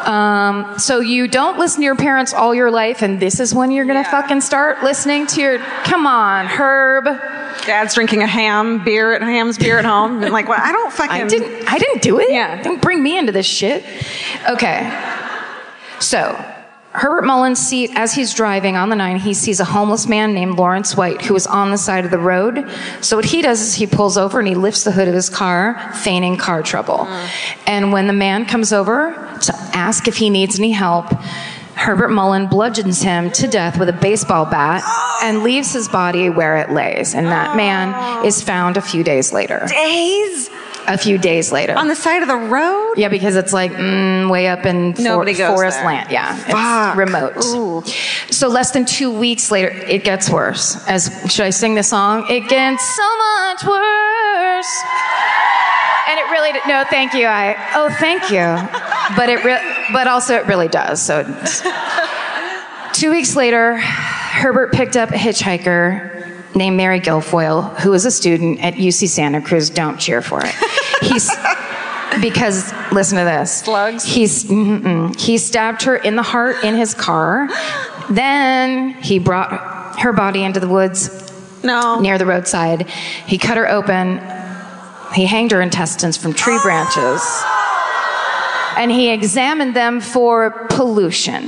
A: Um, so you don't listen to your parents all your life, and this is when you're gonna fucking start listening to your. Come on, Herb.
C: Dad's drinking a ham beer at ham's beer at home, and like, well, I don't fucking.
A: I didn't. I didn't do it.
C: Yeah.
A: Don't bring me into this shit. Okay. So Herbert Mullins sees, as he's driving on the nine, he sees a homeless man named Lawrence White who is on the side of the road. So what he does is he pulls over and he lifts the hood of his car, feigning car trouble. And when the man comes over to ask if he needs any help, Herbert Mullen bludgeons him to death with a baseball bat and leaves his body where it lays. And that man is found a few days later.
C: Days
A: A few days later.
C: on the side of the road.
A: Yeah, because it's like mm, way up in for-
C: Nobody goes
A: forest
C: there.
A: land. Yeah, it's
C: Fuck.
A: remote. So less than two weeks later, it gets worse. As should I sing the song? It gets so much worse. And it really did- no, thank you. I oh, thank you. But it re- but also it really does. So it's- two weeks later, Herbert picked up a hitchhiker named Mary Guilfoyle, who is a student at UC Santa Cruz. Don't cheer for it. He's <laughs> because listen to this. Slugs. He's mm-mm. he stabbed her in the heart in his car. Then he brought her body into the woods
C: No.
A: near the roadside. He cut her open. He hanged her intestines from tree branches. And he examined them for pollution.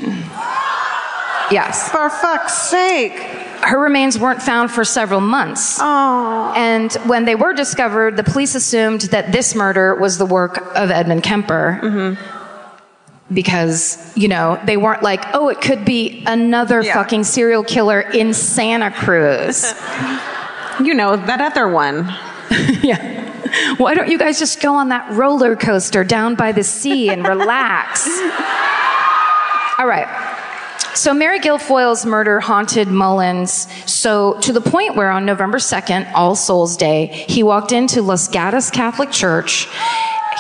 A: Yes.
C: For fuck's sake.
A: Her remains weren't found for several months.
C: Oh.
A: And when they were discovered, the police assumed that this murder was the work of Edmund Kemper.
C: Mm-hmm.
A: Because, you know, they weren't like, oh, it could be another
C: Yeah.
A: fucking serial killer in Santa
C: <laughs>
A: Cruz.
C: You know, that other one.
A: yeah. Why don't you guys just go on that roller coaster down by the sea and
C: <laughs>
A: relax? All right. So Mary Guilfoyle's murder haunted Mullins so to the point where on November 2nd, All Souls Day, he walked into Las Gatas Catholic Church.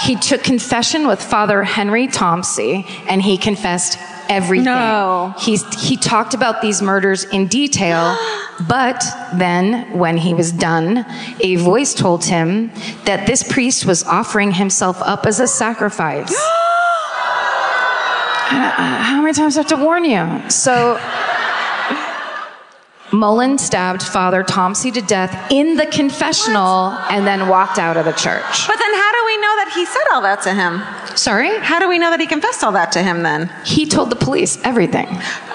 A: He took confession with Father Henry Thompson and he confessed everything.
C: No.
A: He's, he talked about these murders in detail, but then when he was done, a voice told him that this priest was offering himself up as a sacrifice. How many times do I have to warn you? So, Mullen stabbed Father Thompson to death in the confessional and then walked out of the church.
C: But then how do we know that he said all that to him?
A: Sorry?
C: How do we know that he confessed all that to him then?
A: He told the police everything.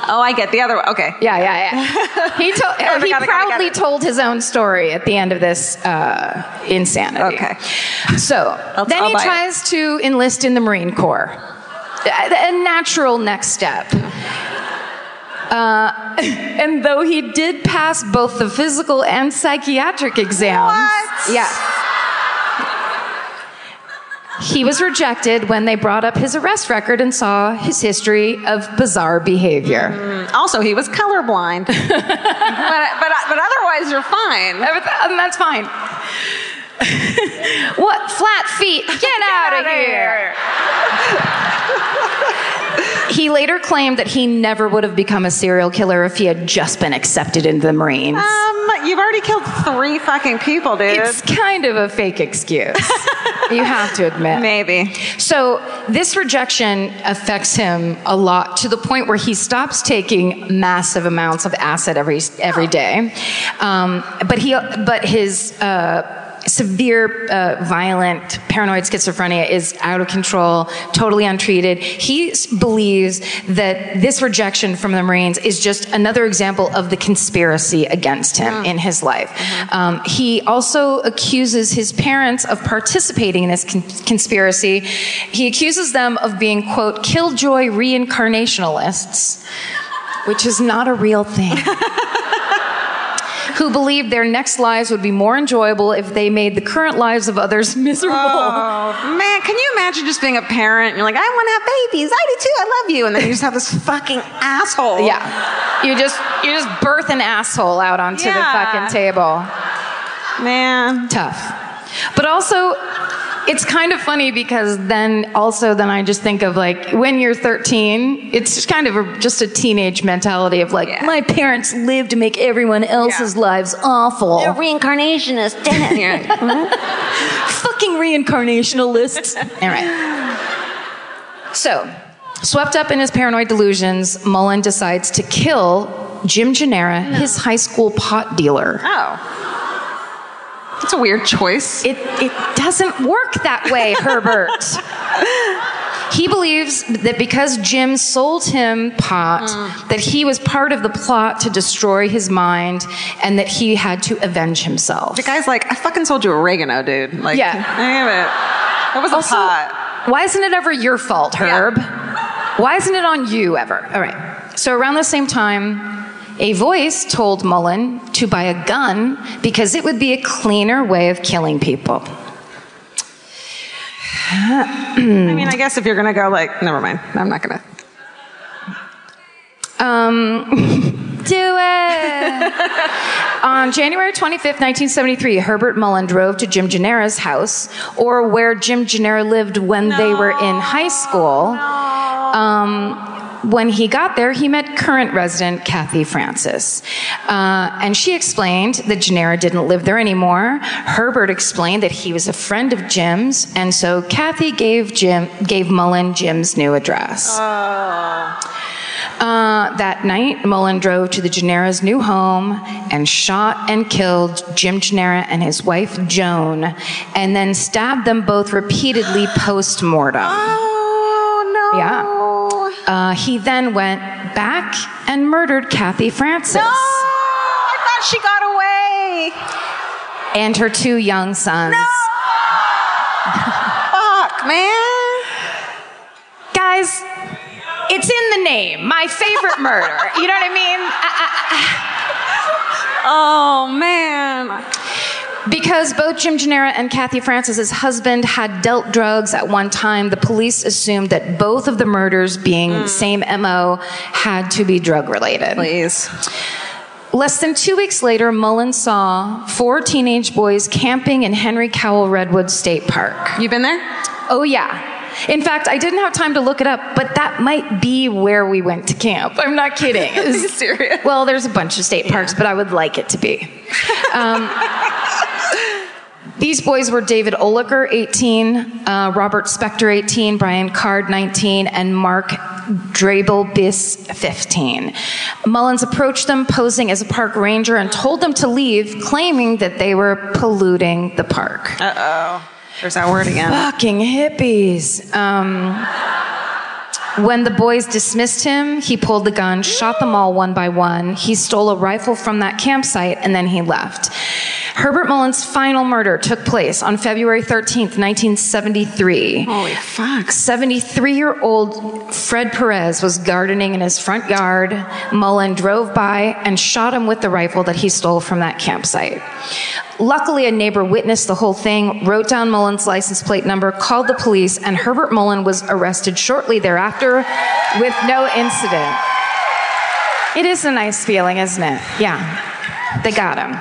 C: Oh, I get the other one. Okay.
A: Yeah, yeah,
C: <laughs>
A: yeah. He, told,
C: Got it,
A: he
C: got it, got it, got
A: proudly
C: it.
A: told his own story at the end of this uh, insanity.
C: Okay.
A: So
C: I'll-
A: then
C: I'll
A: he
C: buy it.
A: tries to enlist in the Marine Corps. A, a natural next step. Uh, <laughs> and though he did pass both the physical and psychiatric exams,
C: What?
A: yeah. He was rejected when they brought up his arrest record and saw his history of bizarre behavior.
C: Also, he was <laughs> colorblind. but, but, but otherwise, you're fine.
A: Everything, and that's fine. <laughs> what flat feet? Get, out, of here. he later claimed that he never would have become a serial killer if he had just been accepted into the Marines.
C: Um, you've already killed three fucking people, dude.
A: it's kind of a fake <laughs> excuse. you have to admit.
C: Maybe.
A: So this rejection affects him a lot to the point where he stops taking massive amounts of acid every every day. Um, but he but his uh, severe uh, violent paranoid schizophrenia is out of control, totally untreated. He s- believes that this rejection from the Marines is just another example of the conspiracy against him in his life. Um, he also accuses his parents of participating in this con- conspiracy. He accuses them of being, quote, killjoy reincarnationalists, which is not a real thing. Who believed their next lives would be more enjoyable if they made the current lives of others <laughs> miserable.
C: Oh, man, can you imagine just being a parent and you're like, I want to have babies. I do too. I love you. And then you just have this fucking asshole.
A: Yeah. You just you just birth an asshole out onto
C: Yeah.
A: the fucking table.
C: Man.
A: Tough. But also it's kind of funny because then also then I just think of like when you're 13, it's just kind of a, just a teenage mentality of like my parents live to make everyone else's lives awful.
C: Reincarnationist, damn it.
A: fucking reincarnationalists. <laughs> All right. So, swept up in his paranoid delusions, Mullen decides to kill Jim Genera, his high school pot dealer.
C: oh. That's a weird choice.
A: It, it doesn't work that way, Herbert. <laughs> He believes that because Jim sold him pot,
C: Mm.
A: that he was part of the plot to destroy his mind and that he had to avenge himself.
C: The guy's like, I fucking sold you oregano, dude. Like,
A: Yeah.
C: damn it. That was
A: Also,
C: a pot.
A: why isn't it ever your fault, Herb? Why isn't it on you ever? All right. So around the same time, a voice told Mullen to buy a gun because it would be a cleaner way of killing people.
C: I mean, I guess if you're gonna go, like, never mind. I'm not gonna.
A: Um, <laughs> do it. On January 25th, 1973, Herbert Mullen drove to Jim Genera's house, or where Jim Genera lived when they were in high school. Um, when he got there, he met current resident Kathy Francis. Uh, and she explained that Genera didn't live there anymore. Herbert explained that he was a friend of Jim's, and so Kathy gave, Jim, gave Mullen Jim's new address. Uh, that night, Mullen drove to the Genera's new home and shot and killed Jim Genera and his wife Joan, and then stabbed them both repeatedly post mortem.
C: Oh no.
A: Yeah. Uh, he then went back and murdered Kathy Francis
C: No! I thought she got away.
A: and her two young sons.
C: Fuck, man.
A: Guys, it's in the name. My favorite <laughs> murder. You know what I mean? I- I-
C: Oh man.
A: Because both Jim Genera and Kathy Francis's husband had dealt drugs at one time, the police assumed that both of the murders being same MO had to be drug related.
C: Please.
A: Less than two weeks later, Mullen saw four teenage boys camping in Henry Cowell Redwood State Park.
C: You been there?
A: Oh, yeah. In fact, I didn't have time to look it up, but that might be where we went to camp. I'm not
C: <laughs>
A: kidding. Are
C: you serious?
A: Well, there's a bunch of state parks, but I would like it to be. Um, these boys were David Olicker, 18, uh, Robert Spector, 18, Brian Card, 19, and Mark Drabel Biss, 15. Mullins approached them posing as a park ranger and told them to leave, claiming that they were polluting the park
C: There's that word again.
A: fucking hippies. Um, when the boys dismissed him, he pulled the gun, shot them all one by one. He stole a rifle from that campsite, and then he left. Herbert Mullins' final murder took place on February 13th, 1973.
C: Holy fuck.
A: 73 year old Fred Perez was gardening in his front yard. Mullen drove by and shot him with the rifle that he stole from that campsite. Luckily, a neighbor witnessed the whole thing, wrote down Mullen's license plate number, called the police, and Herbert Mullen was arrested shortly thereafter with no incident. It is a nice feeling, isn't it? Yeah. They got him.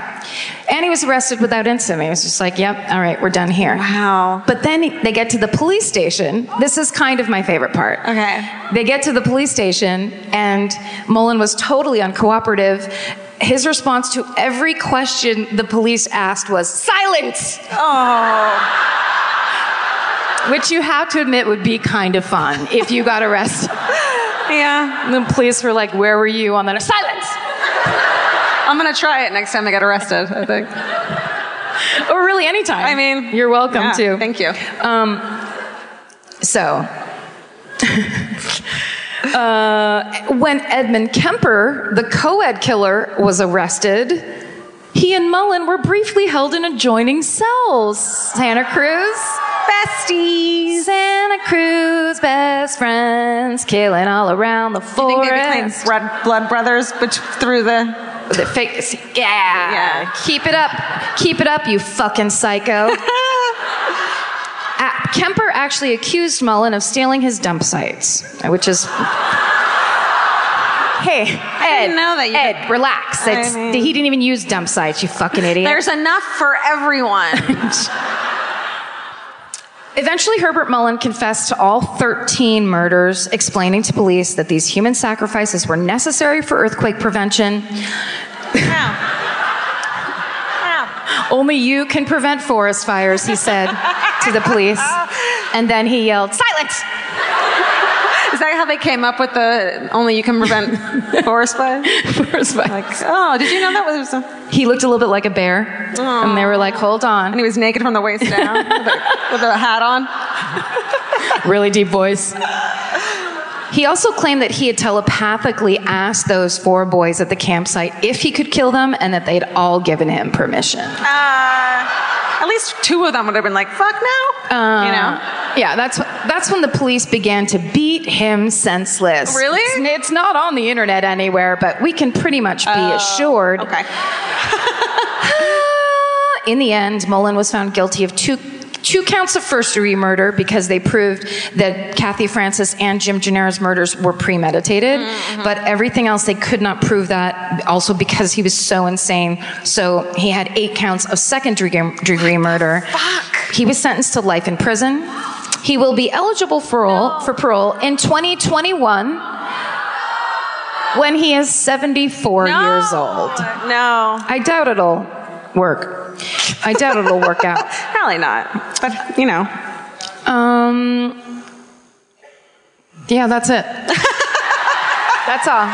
A: And he was arrested without incident. He was just like, yep, all right, we're done here.
C: Wow.
A: But then they get to the police station. This is kind of my favorite part.
C: Okay.
A: They get to the police station, and Mullen was totally uncooperative. His response to every question the police asked was silence,
C: Oh.
A: which you have to admit would be kind of fun if you got arrested. <laughs>
C: Yeah.
A: And the police were like, Where were you on that? Silence!
C: I'm gonna try it next time I get arrested. I think.
A: Or really anytime.
C: I mean,
A: you're welcome
C: yeah,
A: to.
C: Thank you.
A: Um, so, <laughs> uh, when Edmund Kemper, the co ed killer, was arrested, he and Mullen were briefly held in adjoining cells. Santa Cruz. Besties. Santa Cruz, best friends, killing all around the
C: I think they became
A: forest.
C: blood, blood brothers bet- through the.
A: With the fake, yeah.
C: Yeah.
A: Keep it up. Keep it up, you fucking
C: <laughs>
A: psycho. Uh, Kemper actually accused Mullen of stealing his dump sites, which is. Hey, Ed,
C: didn't know that you
A: Ed, relax.
C: I
A: It's,
C: mean-
A: he didn't even use dump sites, you fucking idiot.
C: There's enough for
A: <laughs>
C: everyone.
A: Eventually, Herbert Mullen confessed to all 13 murders, explaining to police that these human sacrifices were necessary for earthquake prevention. Only you can prevent forest fires, he said to the police. And then he yelled, Silence!
C: Is that how they came up with the only you
A: <laughs>
C: can prevent forest fire?
A: <laughs> Forest fires.
C: Like, oh, did you know that was? A,
A: He looked a little bit like a bear. And they were like, hold on.
C: and he was naked from the waist down with a, with a hat on.
A: <laughs> really deep voice. He also claimed that he had telepathically asked those four boys at the campsite if he could kill them and that they'd all given him permission. Uh,
C: at least two of them would have been like, fuck no. you
A: Um,
C: know?
A: Yeah, that's that's when the police began to beat him senseless.
C: Really?
A: It's, it's not on the internet anywhere, but we can pretty much be assured.
C: Oh, Okay.
A: <gasps> In the end, Mullen was found guilty of two two counts of first degree murder because they proved that Kathy Francis and Jim Genera's murders were premeditated, but everything else they could not prove that also because he was so insane. So he had eight counts of second degree, degree murder. Fuck. He was sentenced to life in prison. He will be eligible for, parole for parole in 2021 when he is 74 years old.
C: No.
A: I doubt it'll work. I doubt it'll work out.
C: <laughs> Probably not. But, you know.
A: Um, yeah, that's it. that's all.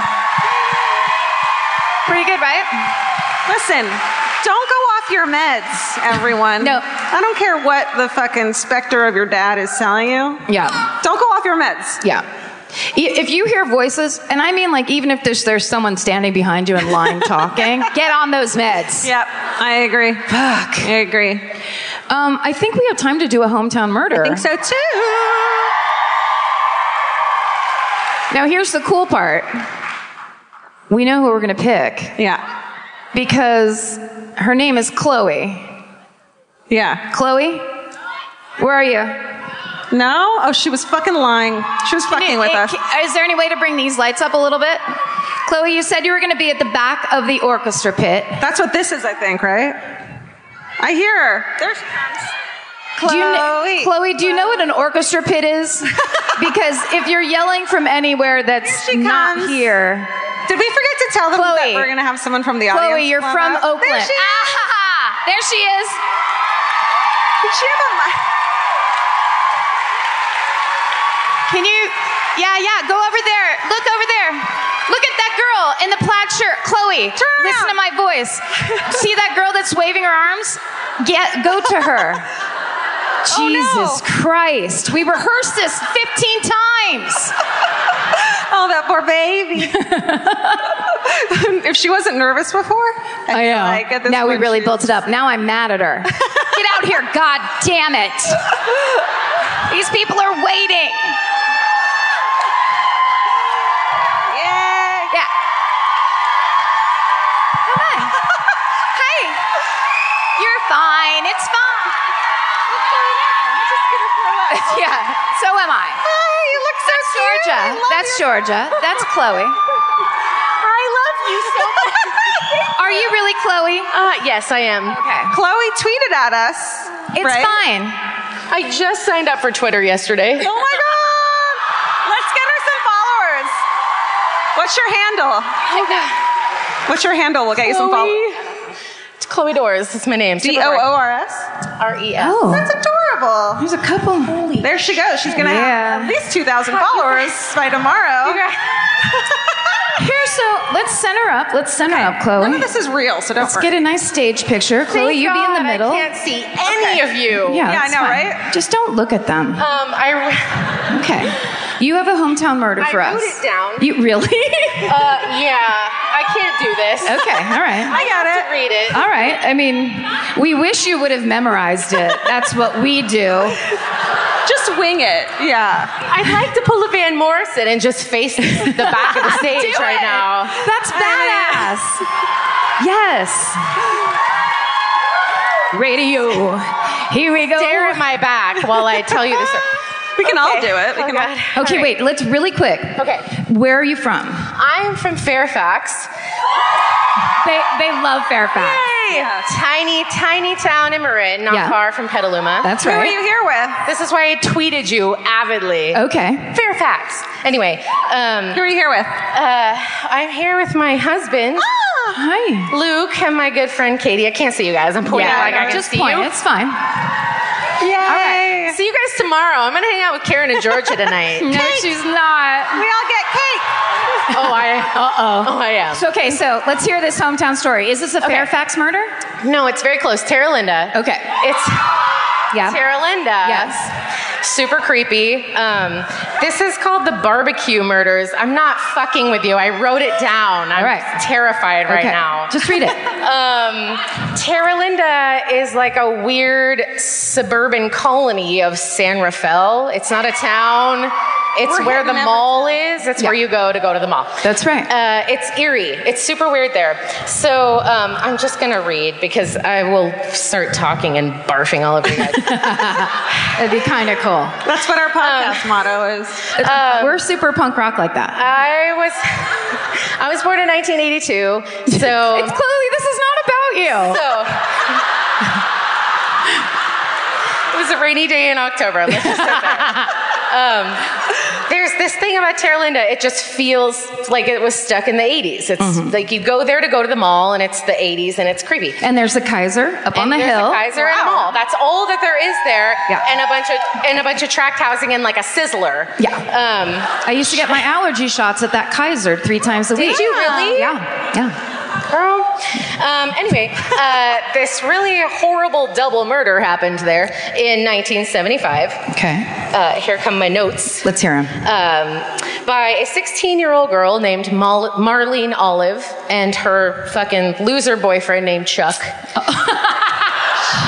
A: Pretty good, right?
C: Listen, don't go off your meds, everyone.
A: No.
C: I don't care what the fucking specter of your dad is telling you.
A: Yeah,
C: Don't go off your meds.
A: yeah. I- If you hear voices, and I mean like even if there's there's someone standing behind you in
C: <laughs>
A: line talking, get on those meds.
C: Yep, I agree. Fuck. I agree. I
A: Um, I think we have time to do a hometown murder.
C: think so too.
A: Now here's the cool part. We know who we're gonna pick
C: Yeah.
A: because her name is Chloe.
C: Yeah.
A: Chloe, where are you?
C: No? Oh, she was fucking lying. She was fucking with
A: Hey,
C: us.
A: ca- Is there any way to bring these lights up a little bit? Chloe, you said you were going to be at the back of the orchestra pit.
C: That's what this is, I think, right? I hear her. There's
A: Do
C: Chloe.
A: you kn- Chloe, do you know what an orchestra pit
C: <laughs>
A: is? because if you're yelling from anywhere that's
C: Here she
A: not
C: comes.
A: here,
C: Did we forget to tell them that
A: Chloe.
C: we're gonna have someone from the audience?
A: Chloe, you're
C: come
A: from
C: up?
A: Oakland.
C: There she is.
A: Ah, <laughs> there she is.
C: Did she have a mic?
A: Can you? Yeah, yeah. Go over there. Look over there. Look at that girl in the plaid shirt, Chloe.
C: Turn around.
A: Listen to my <laughs> voice. See that girl that's waving her arms? Get go to <laughs> her. Oh, Jesus Christ. We rehearsed this 15 times.
C: Oh, that poor baby.
A: <laughs>
C: <laughs> if she wasn't nervous before, I, feel Like at this
A: now we
C: point
A: really
C: she-
A: built it up. Now I'm mad at
C: <laughs>
A: her. Get out here, god damn it. These people are waiting.
C: Yay.
A: Yeah. Come on. hey. You're fine. It's fine. What's going on? I'm just gonna throw up.
C: <laughs>
A: yeah. So am I.
C: Hey, you look so
A: That's
C: cute.
A: Georgia.
C: I love
A: That's
C: you.
A: Georgia. That's Chloe.
C: <laughs> I love you so much.
A: Are you really Chloe?
E: Uh, yes, I am.
A: Okay.
C: Chloe tweeted at us.
A: It's
C: right?
A: fine.
E: I just signed up for Twitter yesterday.
C: Oh
A: <laughs>
C: my god! Let's get her some followers. What's your handle? What's your handle? We'll get you some followers.
E: It's Chloe Doors. That's my name.
C: D O O R S.
E: E
C: That's adorable.
A: Oh, There's a couple. Holy.
C: There she goes. She's gonna have
A: Yeah.
C: at least two thousand followers by tomorrow.
A: Here, so let's send her up. Let's send her up, Chloe.
C: <laughs> None of this is real, so don't
A: Let's
C: worry.
A: get a nice stage picture. Chloe, you be in the middle.
E: I can't see any of you.
A: Yeah,
C: Yeah, I
A: that's
C: know,
A: fine.
C: right?
A: Just don't look at them.
E: Um, I,
A: Okay. You have a hometown murder
E: I
A: for
E: wrote
A: us.
E: it down.
A: You really? <laughs>
E: uh, yeah, I can't do this.
A: okay. All right. Uh,
C: I got
E: I
C: it.
E: have to read it.
A: All right. I mean, we wish you would have memorized it. That's what we do.
C: Just wing it. Yeah.
E: I'd like to pull a Van Morrison and just face the back
A: <laughs>
E: of the stage
A: Do
E: right
A: it.
E: now.
A: That's badass. <laughs> Yes. Radio. Here we go.
E: Stare at my back while I tell you this.
C: We can all do it. We can all.
A: Oh, okay, wait. Let's really quick.
E: Okay,
A: Where are you from?
E: I'm from Fairfax,
A: They they love Fairfax.
E: tiny, tiny town in Marin, not
A: Yeah.
E: far from Petaluma.
A: That's
C: Who are
A: right.
C: you here with?
E: This is why I tweeted you avidly.
A: Okay.
E: Fairfax. Anyway, um,
C: Who are you here with?
E: uh, I'm here with my husband,
C: Ah!
A: Hi.
E: Luke, and my good friend Katie. I can't see you guys. I'm pointing
C: Yeah,
E: like I
C: no,
E: can
A: Just
E: see
A: point.
E: you.
A: It's fine.
C: Yay.
E: See you guys tomorrow. I'm gonna hang out with Karen and Georgia
F: <laughs>
E: tonight.
A: No, she's not.
C: We all get cake.
E: oh, I. Uh oh. Oh, I am.
A: So, okay, so let's hear this hometown story. Is this a Fairfax murder?
E: No, it's very close. Tara Linda.
A: Okay.
E: It's
F: Yeah.
C: Tara Linda.
F: Yes.
C: Super creepy. Um, this is called the barbecue murders. I'm not fucking with you. I wrote it down. I'm
F: All right.
C: terrified right now.
F: Just read it.
C: <laughs> Um, Terra Linda is like a weird suburban colony of San Rafael. It's not a town. It's
B: We're
C: where the
B: hitting every-
C: mall is. It's where you go to go to the mall.
F: That's right.
C: Uh, it's eerie. It's super weird there. So um, I'm just gonna read because I will start talking and barfing all over
F: <laughs>
C: you guys.
A: It'd be kind of cool.
B: That's what our
C: Um,
B: podcast motto is.
A: We're super punk rock like that.
C: I was <laughs> I was born
A: <laughs>
C: in 1982. So
A: Clearly, this is not about you.
C: So <laughs> it was a rainy day in October. Let's just
A: <laughs>
C: say that. Um, there's this thing about Terra Linda. It just feels like it was stuck in the 80s. It's
A: Mm-hmm.
C: like you go there to go to the mall, and it's the 80s, and it's creepy.
A: And there's the Kaiser up on the
C: And there's
A: hill.
C: a Kaiser and Mall. That's all that there is there, and a bunch of and a bunch of tract housing and like a sizzler.
A: Yeah.
C: Um,
A: I used to get my allergy shots at that Kaiser three times a
C: Did
A: week.
C: you really?
A: Yeah. Yeah.
C: girl. Um, anyway, uh, this really horrible double murder happened there in 1975.
A: Okay.
C: Uh, here come my notes.
A: Let's hear him.
C: um, by a 16 year old girl named Mal- Marlene Olive and her fucking loser boyfriend named Chuck.
A: <laughs>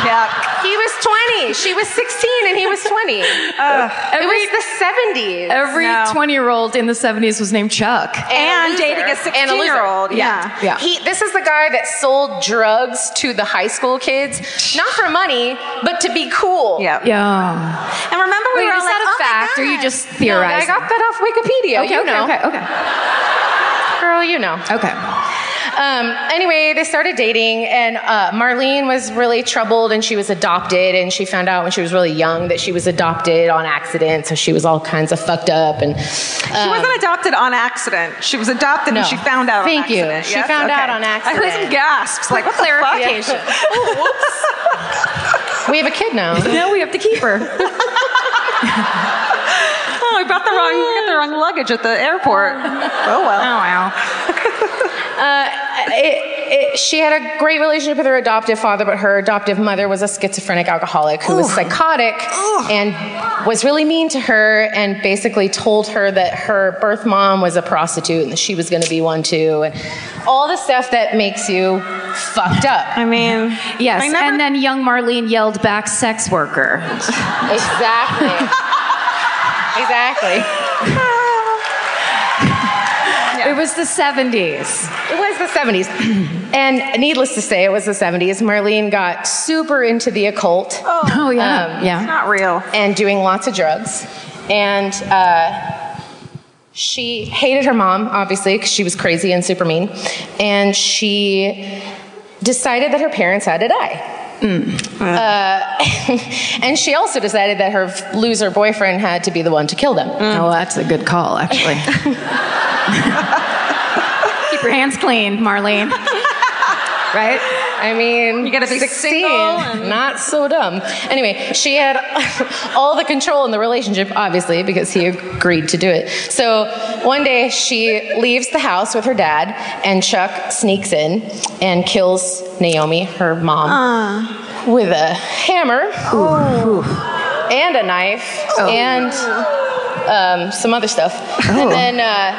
B: Yeah.
C: He was 20. She was 16 and he was 20. it was the 70s.
A: Every 20 year old in the 70s was named Chuck.
B: And
C: loser.
B: dating a
C: And loser.
B: 16-year-old, yeah.
A: Yeah.
C: He, this is the guy that sold drugs to the high school kids, not for money, but to be cool.
B: Yeah.
A: Yeah.
B: And remember we
A: Wait,
B: were
A: is
B: all like,
A: that a
B: oh my
A: fact or you
B: God.
A: just
C: No,
A: theorizing?
C: I got that off Wikipedia.
A: okay,
C: you
A: okay,
C: know.
A: okay, okay.
C: Girl, you know.
A: Okay.
C: Um, anyway, they started dating, and uh, Marlene was really troubled, and she was adopted, and she found out when she was really young that she was adopted on accident, so she was all kinds of fucked up, and um,
B: She wasn't adopted on accident. She was adopted
C: No.
B: and she found out
C: Thank
B: on
C: you.
B: accident.
C: She found out on
B: I heard some
C: accident.
B: gasps. Like, what
C: Clarification.
B: the fuck?
C: we have a kid now.
A: Now we have to keep
C: <laughs>
A: her.
B: <laughs> Oh, I brought the wrong, I got the wrong luggage at the
C: <laughs>
B: airport. oh, well.
A: wow.
C: Uh, it, it, she had a great relationship with her adoptive father, but her adoptive mother was a schizophrenic alcoholic who was psychotic and was really mean to her and basically told her that her birth mom was a prostitute and that she was going to be one too, and all the stuff that makes you fucked up.
B: I mean,
A: Yes.
B: I never-
A: and then young Marlene yelled back, sex worker.
C: Exactly.
B: <laughs>
C: exactly.
A: It was the 70s.
C: It was the 70s. <clears throat> and needless to say, it was the 70s. Marlene got super into the occult
A: Oh, yeah.
C: Um,
B: it's
A: yeah.
B: not real.
C: and doing lots of drugs. And uh, she hated her mom, obviously, because she was crazy and super mean. And she decided that her parents had to die.
A: Mm.
C: Uh, <laughs> and she also decided that her loser boyfriend had to be the one to kill them.
A: Oh, that's a good call, actually. keep your hands clean, Marlene. right?
C: I mean,
B: You gotta be
C: 16,
B: single and-
C: not so dumb. Anyway, she had <laughs> all the control in the relationship, obviously, because he agreed to do it. So one day she leaves the house with her dad, and Chuck sneaks in and kills Naomi, her mom,
B: Uh.
C: with a hammer
B: Oh.
C: and a knife and um, some other stuff. And then, uh,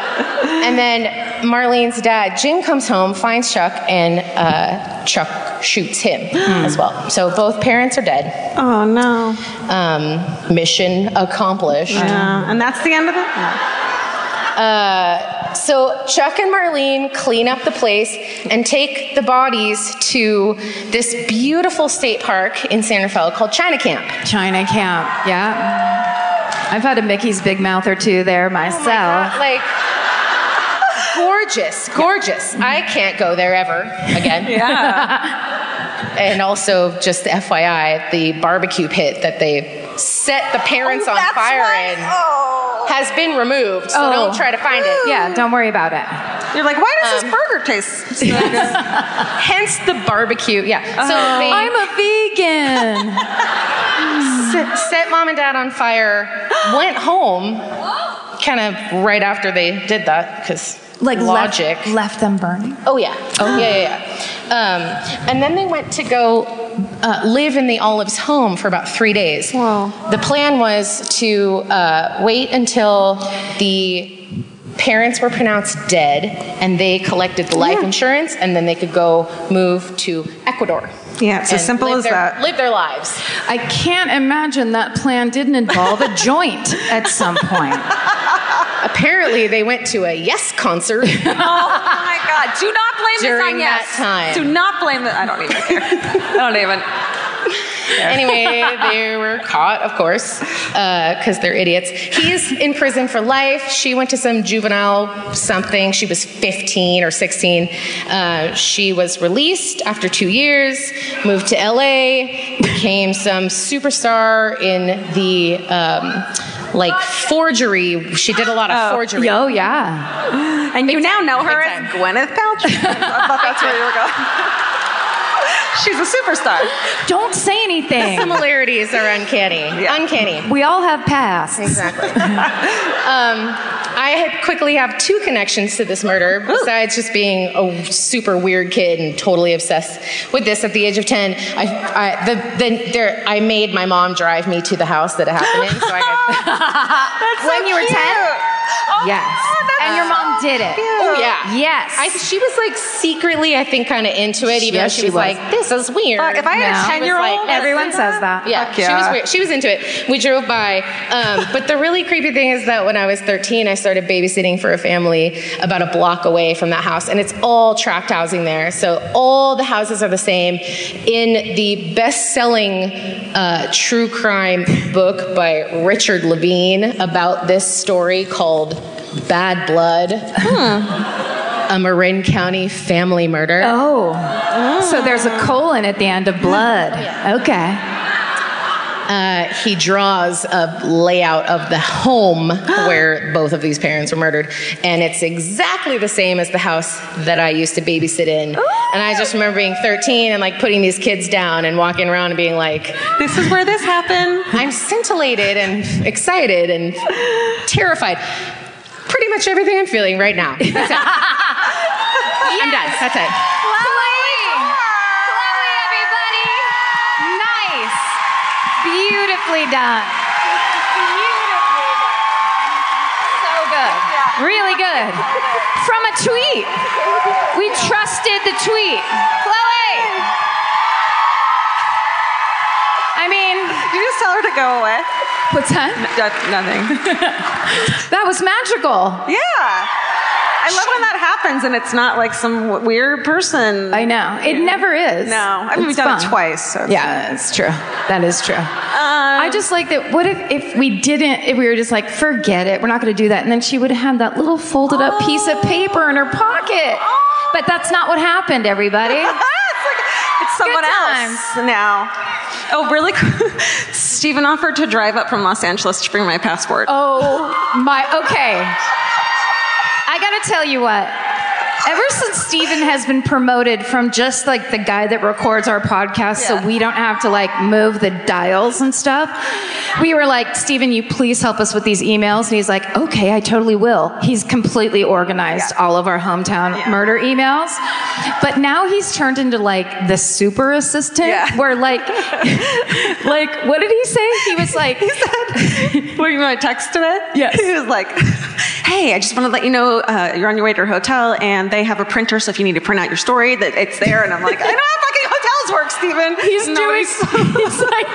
C: and then Marlene's dad, Jim, comes home, finds Chuck, and uh, Chuck shoots him as well. So both parents are dead.
B: Oh, no.
C: Um, mission accomplished.
B: Yeah. And that's the end of it?
C: So Chuck and Marlene clean up the place and take the bodies to this beautiful state park in San Rafael called China Camp.
A: China camp. Yeah. I've had a Mickey's big mouth or two there
C: Oh
A: myself.
B: Oh
C: Not, like gorgeous, gorgeous. I can't go there ever
A: <laughs>
C: again. yeah. <laughs> and also, just FYI, the barbecue pit that they set the parents on fire in has been removed. So
A: Oh.
C: don't try to find it.
A: yeah, don't worry about it.
B: You're like, why
C: Um,
B: does this burger taste so good?
C: Hence the barbecue. Yeah. So they
A: Uh-huh. I'm a vegan.
C: set, set mom and dad on fire. Went home. Kind of right after they did that, because
A: like left-
C: logic.
A: left them burning.
C: Oh yeah. Oh yeah, yeah. yeah. Um, and then they went to go uh, live in the Olive's home for about three days.
G: Wow.
C: The plan was to uh, wait until the parents were pronounced dead and they collected the life insurance, and then they could go move to Ecuador.
B: Yeah, it's as
C: and
B: simple
C: live
B: as
C: their-
B: that.
C: Live their lives.
A: I can't imagine that plan didn't involve a joint at
B: <laughs>
A: some point.
C: Apparently, they went to a Yes concert.
B: Oh my God. Do not blame this
C: During
B: on yes.
C: that time.
B: Do not blame the I don't even
C: <laughs>
B: care. I don't even.
C: anyway, they were caught, of course, because they're idiots. He's in prison for life. She went to some juvenile something. She was 15 or 16. Uh, she was released after two years, moved to LA, became some superstar in the. Um, like forgery, she did a lot of forgery.
A: Oh, yeah.
B: And you now know her as Gwyneth Paltrow. <laughs> I thought that's where you were going. <laughs> She's a superstar.
A: Don't say anything.
C: Similarities are uncanny. Uncanny.
A: We all have pasts.
C: Exactly. um, I had quickly have two connections to this murder, besides just being a super weird kid and totally obsessed with this at the age of 10. I, I, the, the, there, I made my mom drive me to the house that it happened in. So I got,
A: When you were 10?
B: Oh,
A: Yes. And your mom did it.
C: oh, yeah.
A: Yes.
C: I, she was like secretly, I think, kind of into it, even
A: Yes,
C: though
A: she
C: she, was,
A: was.
C: like, this is weird.
B: Fuck, if I had a
C: She was
B: 10 year old,
C: like,
A: Everyone says that.
C: Yeah,
B: Fuck
C: she
B: yeah.
C: was weird. She was into it. We drove by. Um, but the really creepy thing is that when I was 13, I started babysitting for a family about a block away from that house, and it's all tract housing there. So all the houses are the same. In the best-selling uh, true crime book by Richard Levine about this story called Bad Blood. A Marin County family murder.
A: Oh. So there's
B: Mm.
A: a colon at the end of blood.
B: Oh,
A: Okay.
C: uh, he draws a layout of the home <gasps> where both of these parents were murdered, and it's exactly the same as the house that I used to babysit in. And I just remember being 13 and like putting these kids down and walking around and being like,
B: This is where this happened.
C: I'm scintillated and excited and terrified. Pretty much everything I'm feeling right now. That's it.
A: <laughs>
C: I'm done. That's it.
A: Nice. Beautifully done. So good. Really good. From a tweet. We trusted the tweet. Chloe. I mean,
B: Did you just tell her to go away?
A: what's that?
B: That- nothing.
A: That was magical.
B: <laughs> Yeah. I love when that happens and it's not like some w- weird person.
A: I know. It never is.
B: No, I mean, we've
A: It's
B: done it
A: fun.
B: twice. Um, So it's- Uh,
A: Yeah, that's true. That is true. I just like that. What if, if we didn't, if we were just like, forget it, we're not going to do that. And then she would have that little folded up piece of paper in her pocket. But that's not what happened,
B: <laughs>
A: everybody.
B: it's like it's someone
A: times.
B: else now. Oh, really? <laughs> Stephen offered to drive up from Los Angeles to bring my passport.
A: Oh my, okay. I gotta tell you what. Ever since Steven has been promoted from just like the guy that records our podcast so we don't have to like move the dials and stuff, we were like, Steven, you please help us with these emails. And he's like, okay, I totally will. He's completely organized all of our hometown murder emails. But now he's turned into like the super assistant
B: Yeah.
A: where like, <laughs> like, what did he say? He
B: <laughs>
A: was like,
B: Were you my text today? Yes. <laughs> He was like, "Hey, I just want to let you know uh, you're on your way to your hotel, and they have a printer, so if you need to print out your story, that it's there." And I'm like, "I know how fucking hotels work, Stephen."
A: He's
B: <laughs>
A: doing. He's like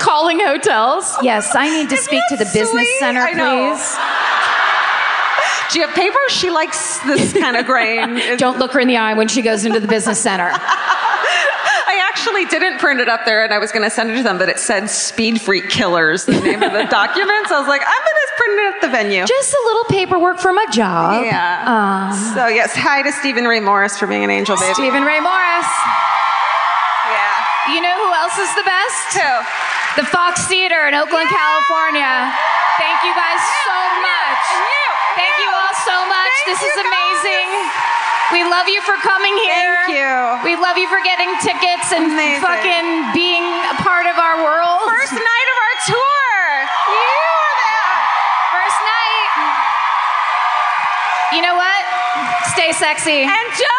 A: calling hotels. Yes, I need to speak to the
B: that
A: business
B: sweet?
A: center,
B: I know.
A: please.
B: Do you have paper? She likes this kind of grain.
A: <laughs>
B: It's-
A: Don't look her in the eye when she goes into the business center.
B: I actually didn't print it up there, and I was going to send it to them, but it said "Speed Freak Killers" the name
A: <laughs>
B: of the document. So I was like, "I'm going to print it at the venue."
A: Just a little paperwork from a job. Um,
B: Yeah. so yes, hi to Stephen Ray Morris for being an angel baby.
A: Stephen Ray Morris.
B: Yeah.
A: You know who else is the best?
B: Too.
A: The Fox Theater in Oakland, California. Thank you guys so much. Thank you all so much. this is amazing. We love you for coming here.
B: Thank you.
A: We love you for getting tickets and
B: Amazing.
A: fucking being a part of our world.
B: First night of our tour. You were there.
A: First night. You know what? Stay sexy.
B: And Joe